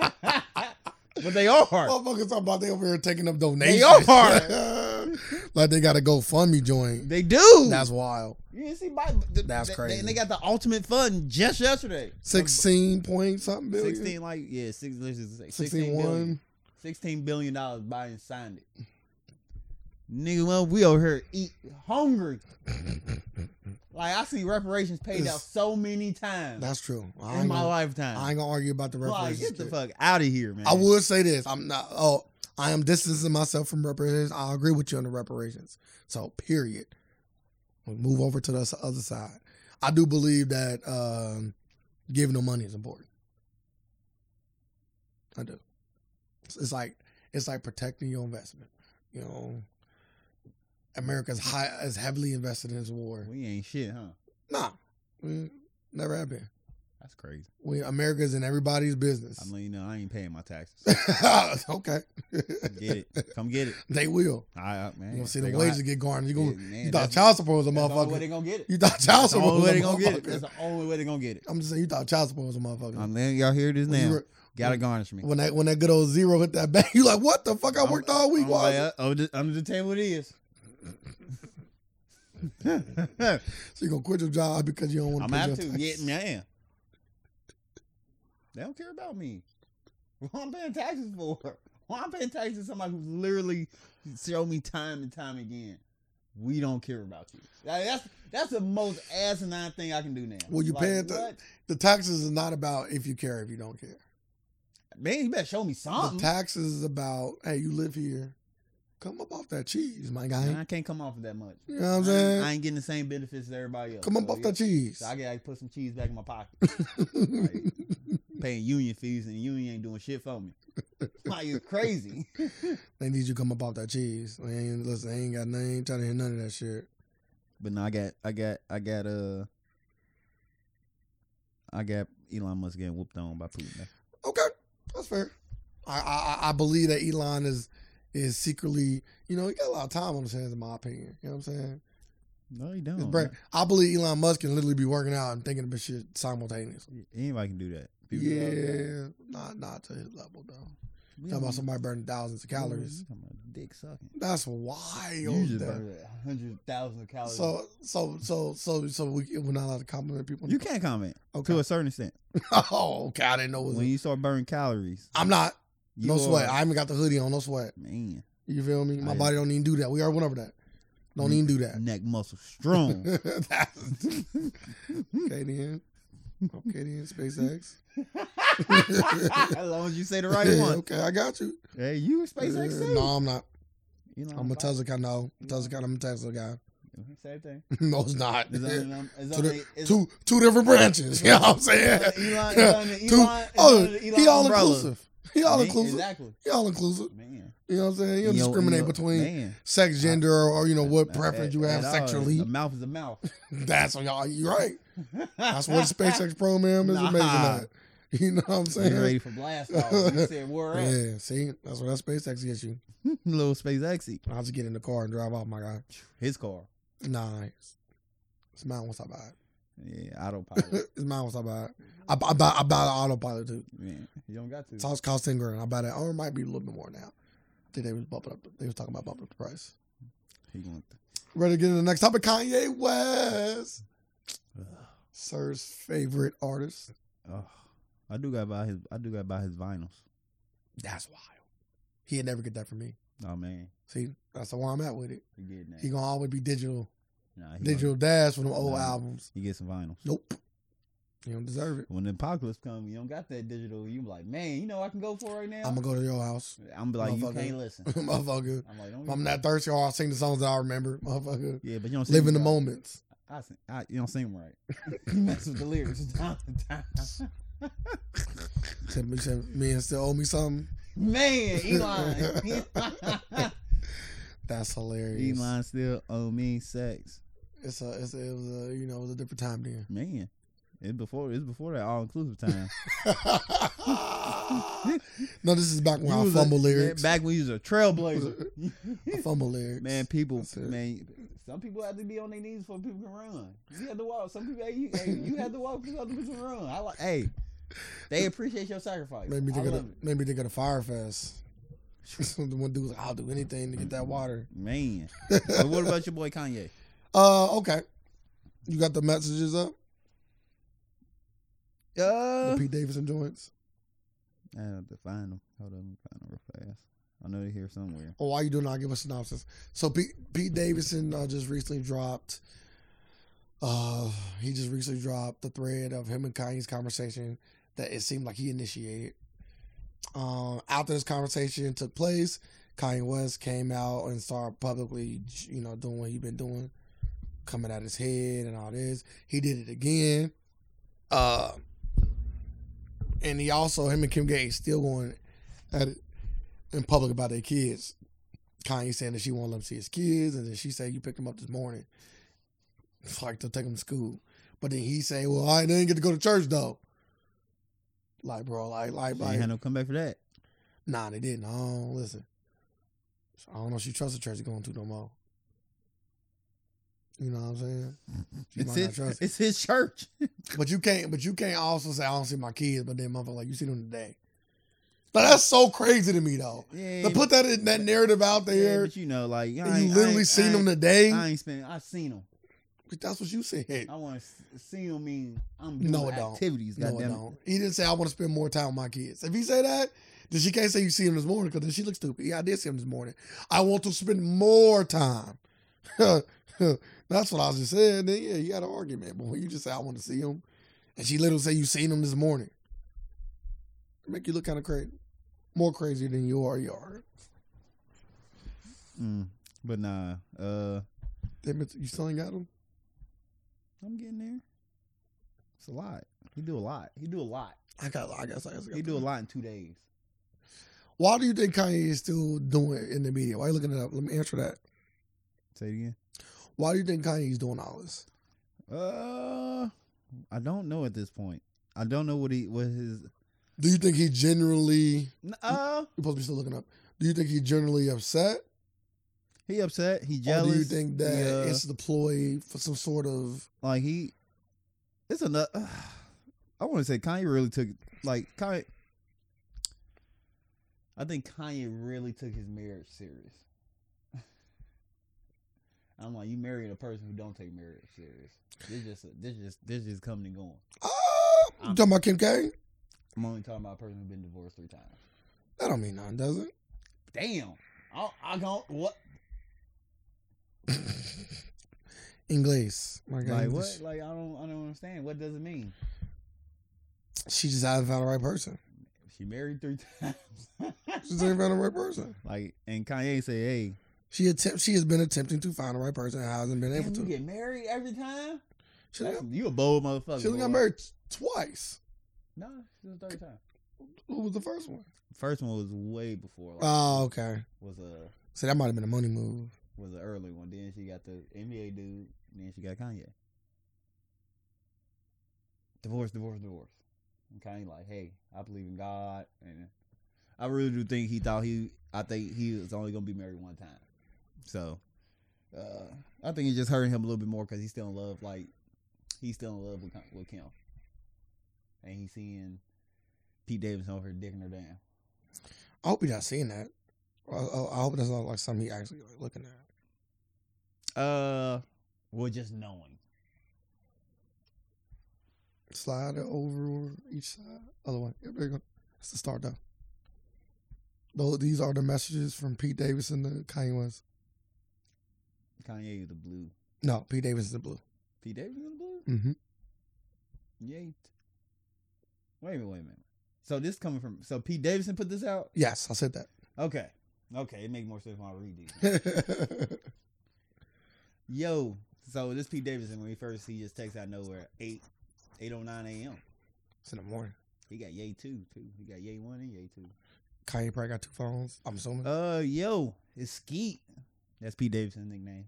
A: but they are.
B: Motherfuckers talking about they over here taking up
A: They
B: donations.
A: are hard.
B: like they got a GoFundMe joint.
A: they do.
B: That's wild.
A: you didn't see Biden. th-
B: That's
A: they-
B: crazy.
A: They, they got the ultimate fun just yesterday.
B: Sixteen point something billion.
A: Sixteen, like yeah, six, let's just say
B: 16
A: 16 billion.
B: one.
A: Sixteen billion dollars. Biden signed it. Nigga, well, we over here eat hungry. Like I see reparations paid
B: It's-
A: out so many times
B: That's true. I
A: in
B: ain't,
A: my
B: gonna,
A: lifetime.
B: I ain't gonna argue about the
A: Like,
B: reparations.
A: get the
B: shit.
A: fuck out of here, man.
B: I would say this. I'm not. Oh, I am distancing myself from reparations. I agree with you on the reparations. So period. We move over to the other side. I do believe that um, giving them money is important. I do. It's, it's like it's like protecting your investment. You know, America's high is heavily invested in this war.
A: We ain't shit, huh?
B: Nah, we never have been.
A: That's crazy.
B: We America's in everybody's business.
A: I'm letting you know I ain't paying my taxes.
B: okay,
A: Come get it. Come get it.
B: they will.
A: I, I, man,
B: You gonna see
A: they
B: the
A: gonna
B: wages
A: have-
B: get garnished. You
A: Yeah,
B: gonna
A: man,
B: you thought
A: that's-
B: child support was a
A: that's the only way they
B: motherfucker.
A: gonna get it.
B: You thought child
A: That's the
B: support
A: only
B: was
A: way
B: a
A: they gonna get it.
B: motherfucker.
A: That's the only way they gonna get it.
B: I'm just saying you thought child support was a motherfucker.
A: I'm letting y'all hear this
B: When you
A: now.
B: were-
A: Gotta garnish me.
B: when that when that good old zero hit that bank, you like what the fuck? I
A: I'm-
B: worked all week.
A: I'm
B: why
A: like,
B: is it-
A: uh, under, under the table it is.
B: So you gonna quit your job because you don't want
A: I'm
B: to?
A: have to. Yeah, man. They don't care about me. What I'm paying taxes for? Why I'm paying taxes to somebody who's literally showed me time and time again. We don't care about you. Like, that's that's the most asinine thing I can do now.
B: Well, you
A: like,
B: paying the-
A: what?
B: The taxes is not about if you care if you don't care.
A: man. You better show me something.
B: The taxes is about hey, you live here, come up off that cheese, my guy.
A: Man, I can't come off of that much.
B: You know what I'm
A: I ain't- I
B: saying?
A: ain't getting the same benefits as everybody else.
B: Come up
A: So, Oh,
B: off
A: yeah.
B: that cheese.
A: So I gotta put some cheese back in my pocket. Like, paying union fees and the union ain't doing shit for me. Like it's crazy.
B: they need you to come up off that cheese. They ain't, listen, they ain't got nothing. Trying to hear none of that shit.
A: But no, I got, I got, I got, uh, I got Elon Musk getting whooped on by Putin.
B: Okay, that's fair. I I, I- I believe that Elon is is secretly, you know, he got a lot of time on his hands, in my opinion. You know what I'm saying?
A: No, he don't.
B: His brain- I believe Elon Musk can literally be working out and thinking about shit simultaneously.
A: man. Anybody can do that. Mm-hmm.
B: yeah, not not to his level though. Talking about somebody burning thousands of calories.
A: Talking about dick sucking.
B: That's wild.
A: Mm-hmm. You just
B: though.
A: burned a hundred thousand calories.
B: So so so so so we, we're not allowed to compliment people.
A: you can't comment
B: Okay.
A: to a certain extent.
B: oh, okay. I didn't know. It was
A: When you start burning calories,
B: I'm not.
A: you
B: no sweat.
A: are-
B: I haven't got the hoodie on. No sweat.
A: man,
B: You feel me? My
A: I-
B: body don't even do that. We already went over that. Don't
A: Mm.
B: even do that.
A: neck muscle strong.
B: That's- okay then. Okay then. SpaceX.
A: as long as you say the right
B: Yeah,
A: one.
B: okay, I got you.
A: Hey, you a SpaceX
B: Yeah,
A: too.
B: no, I'm not.
A: Elon
B: I'm a
A: Musk.
B: Tesla guy. No,
A: Yeah.
B: Tesla guy. I'm a Tesla guy.
A: Same thing.
B: no, it's not.
A: It's only, um, it's
B: To the-
A: only- it's-
B: two two different branches. You know what I'm saying?
A: it's Elon, it's under
B: Two-
A: Elon, it's
B: oh,
A: under the Elon
B: he all
A: umbrella.
B: inclusive. He all
A: Man,
B: inclusive.
A: Exactly.
B: He all inclusive.
A: Man.
B: You know what I'm saying? You don't
A: Yo,
B: discriminate
A: yo,
B: between
A: man.
B: sex, gender, or, or, you know what
A: At-
B: preference you
A: at
B: have
A: all.
B: sexually.
A: A mouth is a mouth.
B: That's what y'all. You're right. That's what the SpaceX program is
A: Nah.
B: amazing at. You know what I'm
A: You ready
B: saying?
A: for blast off. You said where at?
B: Yeah, see, that's what that SpaceX gets you.
A: Little SpaceX.
B: I'll just get in the car and drive off, my guy.
A: His car.
B: Nah, it's, it's mine once I buy
A: Yeah, autopilot.
B: it. it's mine once I buy it. I, bu- I buy I buy the autopilot too.
A: Man, you don't got to.
B: It costs cost ten grand. I buy that. Or it might be a little bit more now. I think they was bumping up. They was talking about bumping up the price.
A: He going to,
B: Ready to get into the next topic? Kanye West, sir's favorite artist.
A: oh, I do got buy his. I do got buy his vinyls.
B: That's wild. He'd never get that from me.
A: Oh man,
B: See, that's where I'm at with it.
A: he getting that.
B: He gonna always be digital.
A: nah, he
B: Digital
A: gonna-
B: dash from them old
A: Nah.
B: albums.
A: He get some vinyls.
B: Nope. You don't deserve it.
A: When the apocalypse come, you don't got that digital. You like, man, you know what I can go for right now.
B: I'm gonna go to your house,
A: I'm be like, you
B: Motherfucker.
A: can't listen.
B: motherfucker.
A: I'm like, don't.
B: If
A: get-
B: I'm not thirsty, or I'll sing the songs that I remember, motherfucker.
A: Yeah, but you don't sing
B: Live in the
A: right.
B: moments.
A: I, sing, I you don't sing right. That's what the lyrics.
B: Said me, said me and still owe me something.
A: man, Elon.
B: That's hilarious.
A: Elon still owe me sex.
B: It's a, it's a, it was a, you know, it was a different time then.
A: Man, it before it's before that all inclusive time.
B: no, this is back when
A: You
B: I
A: was a-
B: fumble
A: yeah,
B: lyrics.
A: Back when you was a trailblazer.
B: I fumble lyrics.
A: Man, people,
B: That's it.
A: man, some people have to be on their knees for people can run. You had to walk. Some people, hey, you, hey, you had to walk. People other people can run. I like, hey, they appreciate your sacrifice.
B: made me
A: I
B: think of
A: love
B: the, made me think of the Fire Fest. the one dude was like, "I'll do anything to get that water."
A: it. man. but what about your boy Kanye?
B: Uh, okay. You got the messages up?
A: Uh,
B: the Pete Davidson joints?
A: I have to find them. Hold on, let me find them real fast. I know they're here somewhere.
B: Or why you do not give a synopsis? So Pete, Pete Davidson uh, just recently dropped. Uh, he just recently dropped the thread of him and Kanye's conversation that it seemed like he initiated. Um, after this conversation took place, Kanye West came out and started publicly, you know, doing what he'd been doing. coming at his head and all this. He did it again. Uh, and he also him and Kim Gates still going at it in public about their kids. Kanye saying that she won't let him see his kids, and then she said you picked him up this morning. It's like to take him to school, but then he say, "Well, I didn't get to go to church though." Like, bro, like, like,
A: They ain't
B: like,
A: had no comeback for that.
B: nah, they didn't. I don't listen. I don't know. if She trusts the church she's going to no more. You know what I'm saying? She
A: It's
B: might not
A: his,
B: trust.
A: it's his church.
B: But you can't. But you can't also say I don't see my kids. But then motherfucker, like you see them today. But that's so crazy to me though.
A: Yeah,
B: To Oh. put that in that narrative out
A: yeah,
B: there,
A: but you know, like I ain't-
B: and you
A: I
B: literally
A: ain't- I
B: seen them
A: ain't-
B: today.
A: I ain't spending. I seen them.
B: that's what you said.
A: I want to see them. Mean I'm doing
B: No, it don't.
A: activities.
B: No, I
A: goddamn it.
B: don't. He didn't say I want to spend more time with my kids. If he say that, then she can't say you see him this morning because then she looks stupid. Yeah, I did see him this morning. I want to spend more time. That's what I was just saying. Then yeah, you got an argument. But when you just say I want to see him, and she literally say you seen him this morning, it make you look kind of crazy, more crazy than you already are.
A: Mm, but nah, uh,
B: Damn it, You still ain't got him.
A: I'm getting there. It's a lot. He do a lot. He do a lot.
B: I got. I guess. I guess. I got
A: He do a lot in two days.
B: Why do you think Kanye is still doing it in the media? Why are you looking it up? Let me answer that.
A: Say it again.
B: Why do you think Kanye's doing all this?
A: Uh, I don't know at this point. I don't know what he what his.
B: Do you think he generally
A: N- Uh,
B: you're supposed to be still looking up? Do you think he generally upset?
A: he upset. He jealous.
B: Or Oh, do you think that
A: he, uh,
B: it's the ploy for some sort of
A: like he? It's another. I want to say Kanye really took like Kanye. I think Kanye really took his marriage serious. I'm like, you married a person who don't take marriage serious. This just this just this just coming and going.
B: uh,
A: Um,
B: you talking about Kim K?
A: I'm only talking about a person who's been divorced three times.
B: That don't mean nothing, does it?
A: Damn, I I don't what
B: English. My God.
A: like
B: English.
A: what like I don't I don't understand. What does it mean?
B: She just hasn't found the right person.
A: She married three
B: She
A: times.
B: just ain't found the right person.
A: like and Kanye say, hey,
B: She attempt she has been attempting to find the right person and hasn't been able
A: Damn, you
B: to.
A: get married every time?
B: She
A: That's-
B: done
A: you a bold motherfucker.
B: she done got
A: boy.
B: married twice.
A: No, this is the third time.
B: Who was the first one?
A: First one was way before. Like,
B: Oh, okay.
A: was uh, a
B: So that might have been a money move.
A: was an early one. Then she got the NBA dude. Then she got Kanye. Divorce, divorce, divorce. And Kanye like, hey, I believe in God, and I really do think he thought he. I think he was only gonna be married one time. So, uh, I think it just hurting him a little bit more because he's still in love. Like, he's still in love with Con- with Kim, and he's seeing Pete Davidson over here dicking her down.
B: I hope you're not seeing that. I, I, I hope that's not like something he actually like looking at.
A: Uh, well, just knowing.
B: Slide it over each side. Other one. Yep, there you go. That's the start though. Those these are the messages from Pete Davidson to Kanye West.
A: Kanye is the blue.
B: No, Pete Davidson's the blue.
A: Pete Davidson in the blue?
B: Mm-hmm.
A: Yeet. Wait a minute, wait a minute. So this coming from so Pete Davidson put this out?
B: Yes, I said
A: Okay. Okay, it makes more sense when I read these.
B: that.
A: Yo, so this Pete Davidson when he first he just texts out of nowhere eight eight oh nine AM.
B: it's in the morning.
A: He got yay two too. He got yay one and yay two.
B: Kanye probably got two phones. I'm assuming.
A: Uh yo, it's Skeet. That's Pete Davidson's nickname.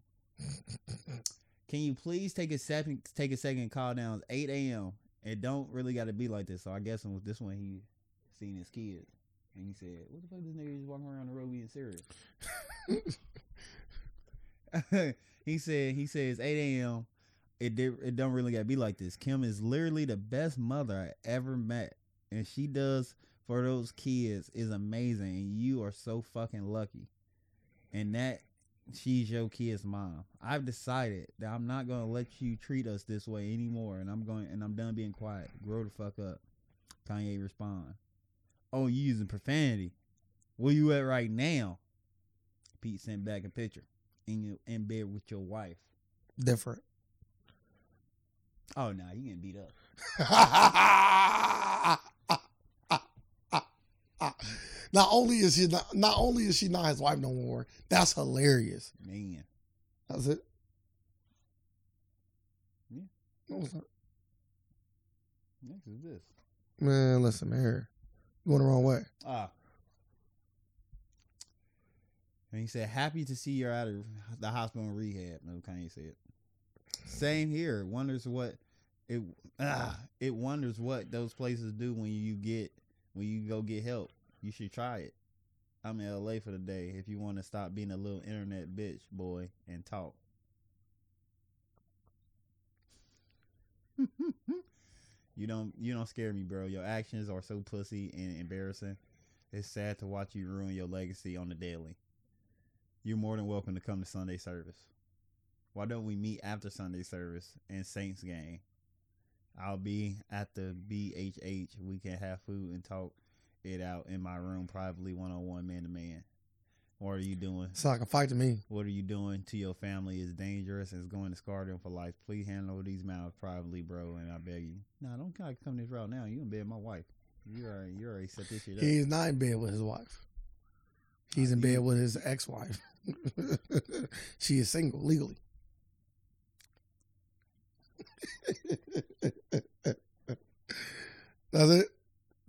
A: Can you please take a second take a second and call down It's eight AM? It don't really gotta be like this. So I guess with this one he seen his kids. And he said, What the fuck this nigga just walking around the road being serious? he said he says eight AM. It did, it don't really gotta be like this. Kim is literally the best mother I ever met. And she does for those kids is amazing. And you are so fucking lucky. And that she's your kid's mom. I've decided that I'm not gonna let you treat us this way anymore, and I'm going and I'm done being quiet. Grow the fuck up. Kanye respond. Oh, you using profanity? Where you at right now? Pete sent back a picture in your, in bed with your wife.
B: Different.
A: Oh nah, you getting beat up.
B: not only is she not, not only is she not his wife no more. That's hilarious.
A: Man.
B: That's it. What was that?
A: Next is this.
B: Man, listen, man. Here. Going the wrong way.
A: Ah. And he said, "Happy to see you're out of the hospital and rehab." No, Kanye said. Same here. Wonders what it ah, it wonders what those places do when you get when you go get help. You should try it. I'm in LA for the day. If you want to stop being a little internet bitch boy and talk. you don't you don't scare me, bro. Your actions are so pussy and embarrassing. It's sad to watch you ruin your legacy on the daily. You're more than welcome to come to Sunday service. Why don't we meet after Sunday service and Saints game? I'll be at the BHH. We can have food and talk it out in my room privately, one on one, man to man. What are you doing?
B: It's like a fight to me.
A: What are you doing to your family is dangerous and it's going to scar them for life. Please handle these mouths privately, bro, and I beg you. Nah, don't kinda come this route now. You in bed with my wife. You already, you already set this shit up.
B: He's not in bed with his wife. He's in
A: He-
B: bed with his ex-wife. she is single legally. That's it.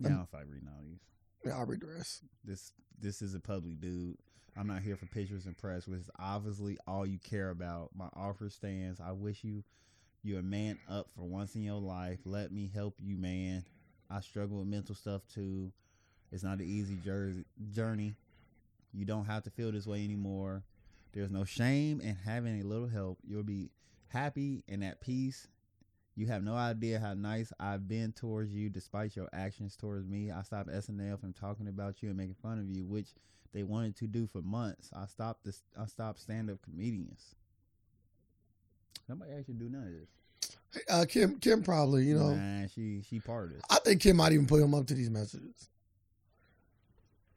A: Now if I don't fight reading all these.
B: Yeah, I'll redress.
A: This this is a public dude. I'm not here for pictures and press, which is obviously all you care about. My offer stands. I wish you you're a man up for once in your life. Let me help you, man. I struggle with mental stuff too. It's not an easy jer- journey. You don't have to feel this way anymore. There's no shame in having a little help. You'll be happy and at peace. You have no idea how nice I've been towards you despite your actions towards me. I stopped SNL from talking about you and making fun of you, which they wanted to do for months. I stopped this I stopped stand up comedians. Nobody actually do none of this.
B: Uh, Kim, Kim probably, you know.
A: Nah, she she part of this.
B: I think Kim might even put him up to these messages.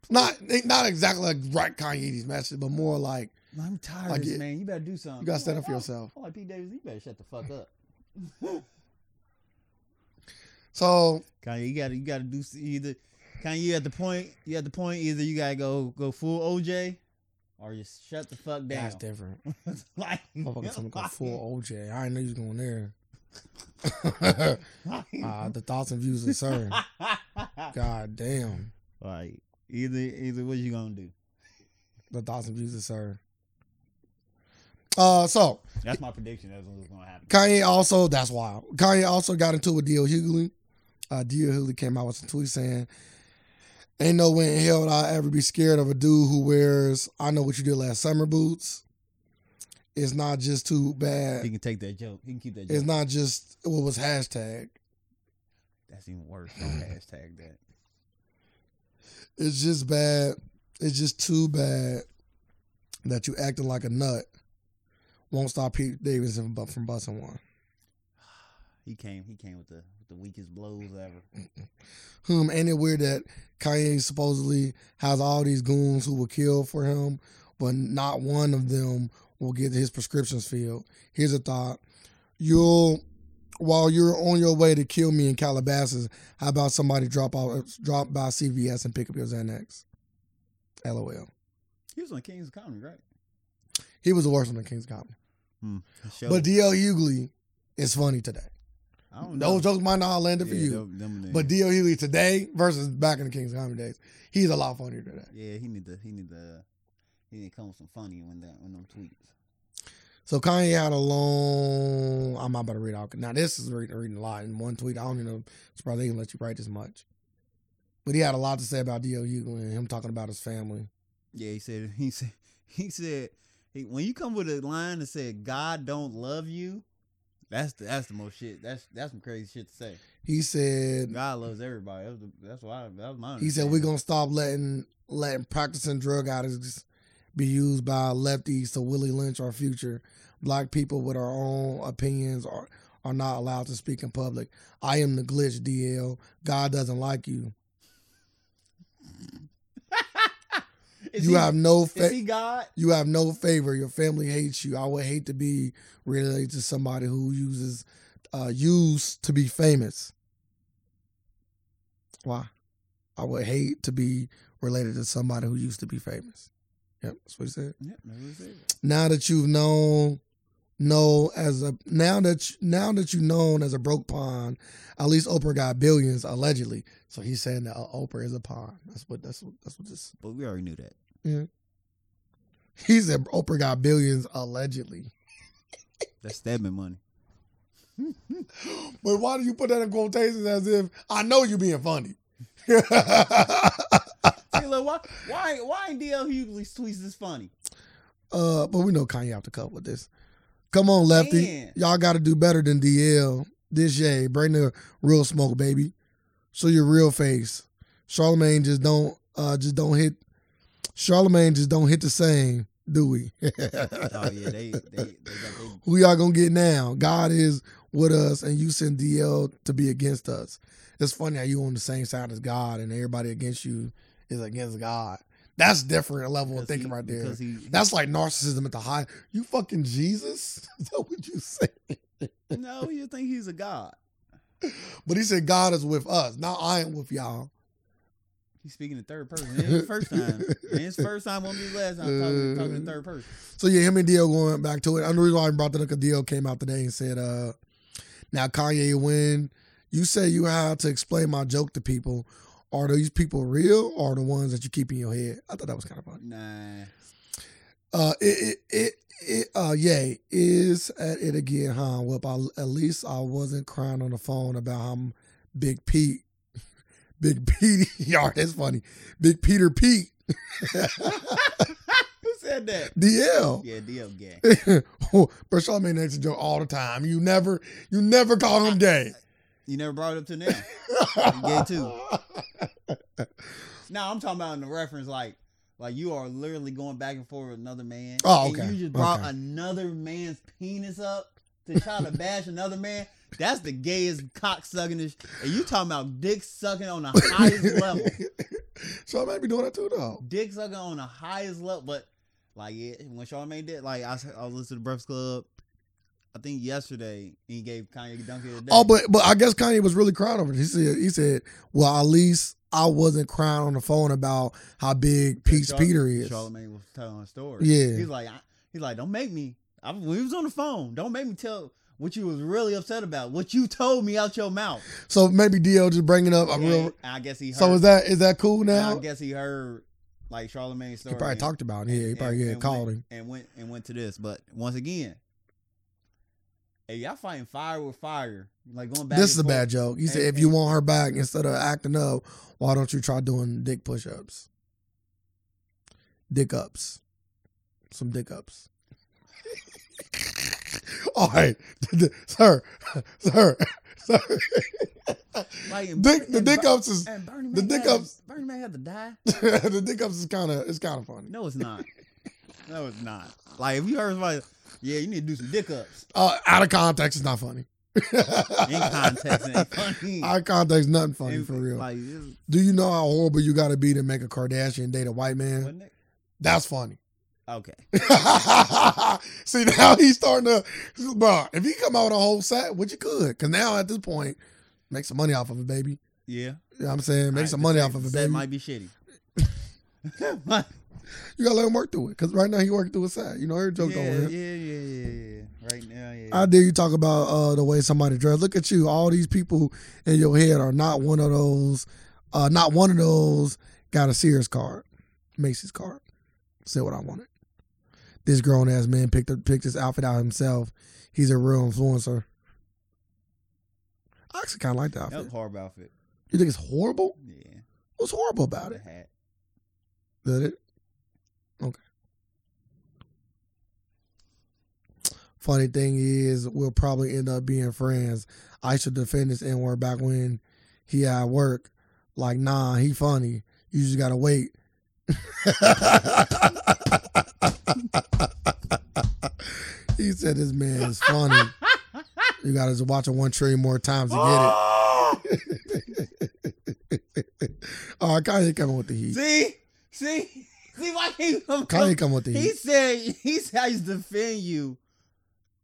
B: Not not exactly like right Kanye these messages, but more like
A: I'm tired
B: I
A: of this,
B: get-
A: man. You better do something.
B: you gotta stand
A: I'm
B: up for
A: like,
B: yourself.
A: I'm like Pete Davis, you better shut the fuck up.
B: So
A: Kanye, you gotta you gotta do s- either Kanye you at the point you at the point either you gotta go go full OJ or just shut the fuck down.
B: that's different.
A: like,
B: Motherfucker told me to go
A: like-
B: full OJ. I didn't know you was going there. uh, the thoughts and views of CERN. God damn.
A: like either either what you gonna do?
B: The thoughts and views of CERN. Uh, so
A: That's my prediction. That's what's gonna happen.
B: Kanye also that's wild. Kanye also got into it with D.O. Hughley. Uh, D.O. Hughley came out with some tweets saying, "Ain't no way in hell would I ever be scared of a dude who wears I know what you did last summer boots. It's not just too
A: He
B: bad.
A: can take that joke. He can keep that joke.
B: It's not just what was hashtag.
A: That's even worse. Don't hashtag that.
B: It's just bad. It's just too bad that you acting like a nut won't stop Pete Davidson bu- from busting one.
A: He came. He came with the with the weakest blows ever.
B: Whom ain't it weird that Kanye supposedly has all these goons who will kill for him, but not one of them will get his prescriptions filled. Here's a thought: You'll, while you're on your way to kill me in Calabasas, how about somebody drop out, drop by CVS and pick up your Xanax? LOL.
A: He was on King's Comedy, right?
B: He was the worst on the King's Comedy,
A: The show-
B: but D.L. Hughley is funny today.
A: I don't know.
B: Those jokes might not have landed for
A: Yeah,
B: you,
A: them- them there.
B: but D.L. Hughley today versus back in the King's Comedy days, he's a lot funnier today.
A: yeah, he need to. He need to. He need to come with some funny when that when them tweets.
B: So Kanye had a long. I'm not about to read all. Now this is reading, reading a lot in one tweet. I don't even know. It's probably they even let you write this much. But he had a lot to say about D.O. Hughley and him talking about his family.
A: Yeah, he said. He said. He said. He, when you come with a line that said "God don't love you," that's the that's the most shit. That's that's some crazy shit to say.
B: He said.
A: God loves everybody. That's, the, that's why. That was my.
B: He said we're gonna stop letting letting practicing drug addicts be used by lefties to Willie Lynch our future. Black people with our own opinions are are not allowed to speak in public. I am the glitch, DL. God doesn't like you.
A: Is
B: you
A: he,
B: have no
A: Is
B: faith.
A: he God?
B: You have no favor. Your family hates you. I would hate to be related to somebody who uses uh used to be famous. Why? I would hate to be related to somebody who used to be famous. Yep, that's what he said.
A: Yep. That's what he said.
B: Now that you've known know as a now that you, now that you known as a broke pawn, at least Oprah got billions allegedly. So he's saying that uh, Oprah is a pawn. That's what that's what that's what this.
A: But we already knew that.
B: He said Oprah got billions allegedly.
A: That's Stedman money.
B: But why do you put that in quotations as if I know you being funny?
A: See, look, why, why, why ain't DL Hughley tweets this funny?
B: Uh, but we know Kanye off the cuff with this. Come on, Lefty.
A: Man.
B: Y'all got to do better than DL this year. Bring the real smoke, baby. Show your real face. Charlemagne just don't, uh, just don't hit. Charlemagne just don't hit the same, do we?
A: Oh yeah, they, they, they, got
B: Who y'all gonna get now? God is with us, and you send DL to be against us. It's funny how you on the same side as God, and everybody against you is against God. That's different level
A: they.
B: of thinking right there.
A: Because he,
B: That's like narcissism at the high. You fucking Jesus? Is that what you say?
A: no, you think he's a god?
B: But he said God is with us. Now I am with y'all.
A: He's speaking in third person. It ain't the first time. And it's first time on this last time talking, talking in third person.
B: So yeah, him and Dio going back to it. And the reason why I brought that up because Dio came out today and said, uh, now Kanye, when you say you had to explain my joke to people, are these people real or the ones that you keep in your head? I thought that was kind of funny.
A: Nah,
B: Uh, it, it, it, it, uh, yay, is at it again, huh? Well, I, at least I wasn't crying on the phone about how m- Big Pete, Big Pete, y'all, that's funny. Big Peter Pete,
A: who said that?
B: DL.
A: Yeah, DL gang.
B: but Charlamagne makes a joke all the time. You never, you never call him gay.
A: You never brought it up to now. gay too. Now I'm talking about in the reference, like, like you are literally going back and forth with another man.
B: Oh,
A: And
B: okay,
A: you just brought
B: okay.
A: another man's penis up to try to bash another man. That's the gayest cock sucking. And you talking about dick sucking on the highest level.
B: Charlamagne be doing that too, though.
A: dick sucking on the highest level. But like yeah, when Charlamagne did, like I, s- I was listening to Breakfast Club, I think yesterday he gave Kanye the dunk of the day.
B: Oh, but but I guess Kanye was really crying over it. He said he said, "Well, at least I wasn't crying on the phone about how big Pete's Peter is."
A: Charlamagne was telling a story.
B: Yeah.
A: he's like I, he's like don't make me. I, we was on the phone. Don't make me tell what you was really upset about. What you told me out your mouth.
B: So maybe DL just bringing up a
A: And
B: real.
A: I guess he. Heard,
B: So is that is that cool
A: and
B: now?
A: I guess he heard like Charlamagne's
B: He
A: story.
B: probably
A: and-
B: talked about it. Yeah, he probably yeah, called
A: went,
B: him.
A: and went and went to this. But once again, hey, y'all fighting fire with fire, like going back.
B: This is
A: and
B: a bad
A: forth.
B: joke. He said,
A: and-
B: "If you want her back, instead of acting up, why don't you try doing dick push-ups, dick ups, some dick ups." All right, sir, sir, sir.
A: Like, and-
B: Dick, the
A: and
B: dick
A: Ber-
B: ups is
A: And Bernie
B: the
A: Mac
B: dick
A: had to-
B: ups-
A: Bernie Mac had to die.
B: the dick ups is kind of it's kind of funny.
A: No, it's not. no, it's not. Like if you heard somebody, yeah, you need to do some dick ups.
B: Uh, out of context, it's not funny.
A: In context, it ain't funny.
B: Out of context, nothing funny
A: And,
B: for real.
A: Like, it's-
B: Do you know how horrible you got to be to make a Kardashian date a white man?
A: wasn't it?
B: That's funny.
A: Okay.
B: See now he's starting to, bro. If he come out with a whole set, which you could, because now at this point, make some money off of it, baby.
A: Yeah.
B: You know what I'm saying, make
A: Alright,
B: some
A: the
B: money
A: set-
B: off of
A: the
B: it,
A: set
B: baby.
A: might be shitty.
B: You gotta let him work through it, because right now he working through a set. You know, every joke
A: yeah,
B: don't
A: yeah,
B: work.
A: yeah, yeah, yeah. Right now, yeah.
B: I dare you talk about uh, the way somebody dressed. Look at you. All these people in your head are not one of those. Uh, not one of those got a Sears card, Macy's card. Said what I wanted. This grown ass man picked up, picked this outfit out himself. He's a real influencer. I actually kind of like the
A: that
B: outfit.
A: was a horrible outfit.
B: You think it's horrible?
A: Yeah.
B: What's horrible about
A: The
B: it?
A: hat.
B: Did it? Okay. Funny thing is, we'll probably end up being friends. I should defend this N word back when he at work. Like, nah, he funny. You just gotta wait. he said this man is funny. You gotta just watch it one trillion more times to get it. All right, Kanye coming with the heat.
A: See, see, see why he come.
B: Kanye coming with the heat.
A: He said he said I used to defend you.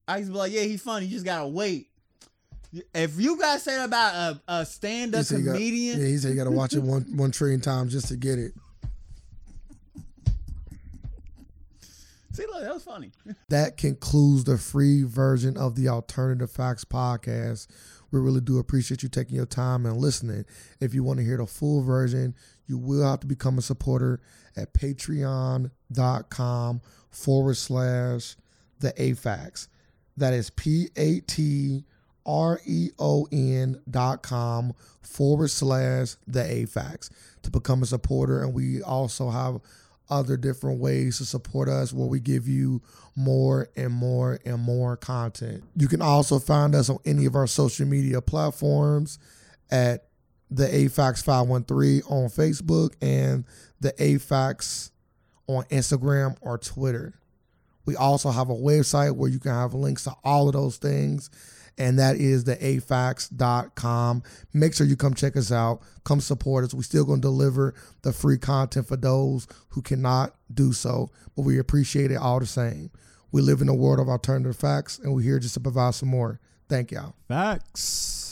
A: I used to be like, yeah, he's funny. You just gotta wait. If you guys say that about a, a stand up
B: He said you got-
A: comedian,
B: Yeah, he said you got to watch it one one trillion times just to get it.
A: See, look, that was funny.
B: That concludes the free version of the Alternative Facts podcast. We really do appreciate you taking your time and listening. If you want to hear the full version, you will have to become a supporter at patreon.com forward slash the AFAX. That is P A T R E O N dot com forward slash the AFAX to become a supporter. And we also have other different ways to support us where we give you more and more and more content. You can also find us on any of our social media platforms at the AFAX 513 on Facebook and the AFAX on Instagram or Twitter. We also have a website where you can have links to all of those things, and that is the afax.com. Make sure you come check us out, come support us. We're still going to deliver the free content for those who cannot do so, but we appreciate it all the same. We live in a world of alternative facts, and we're here just to provide some more. Thank y'all.
C: Facts.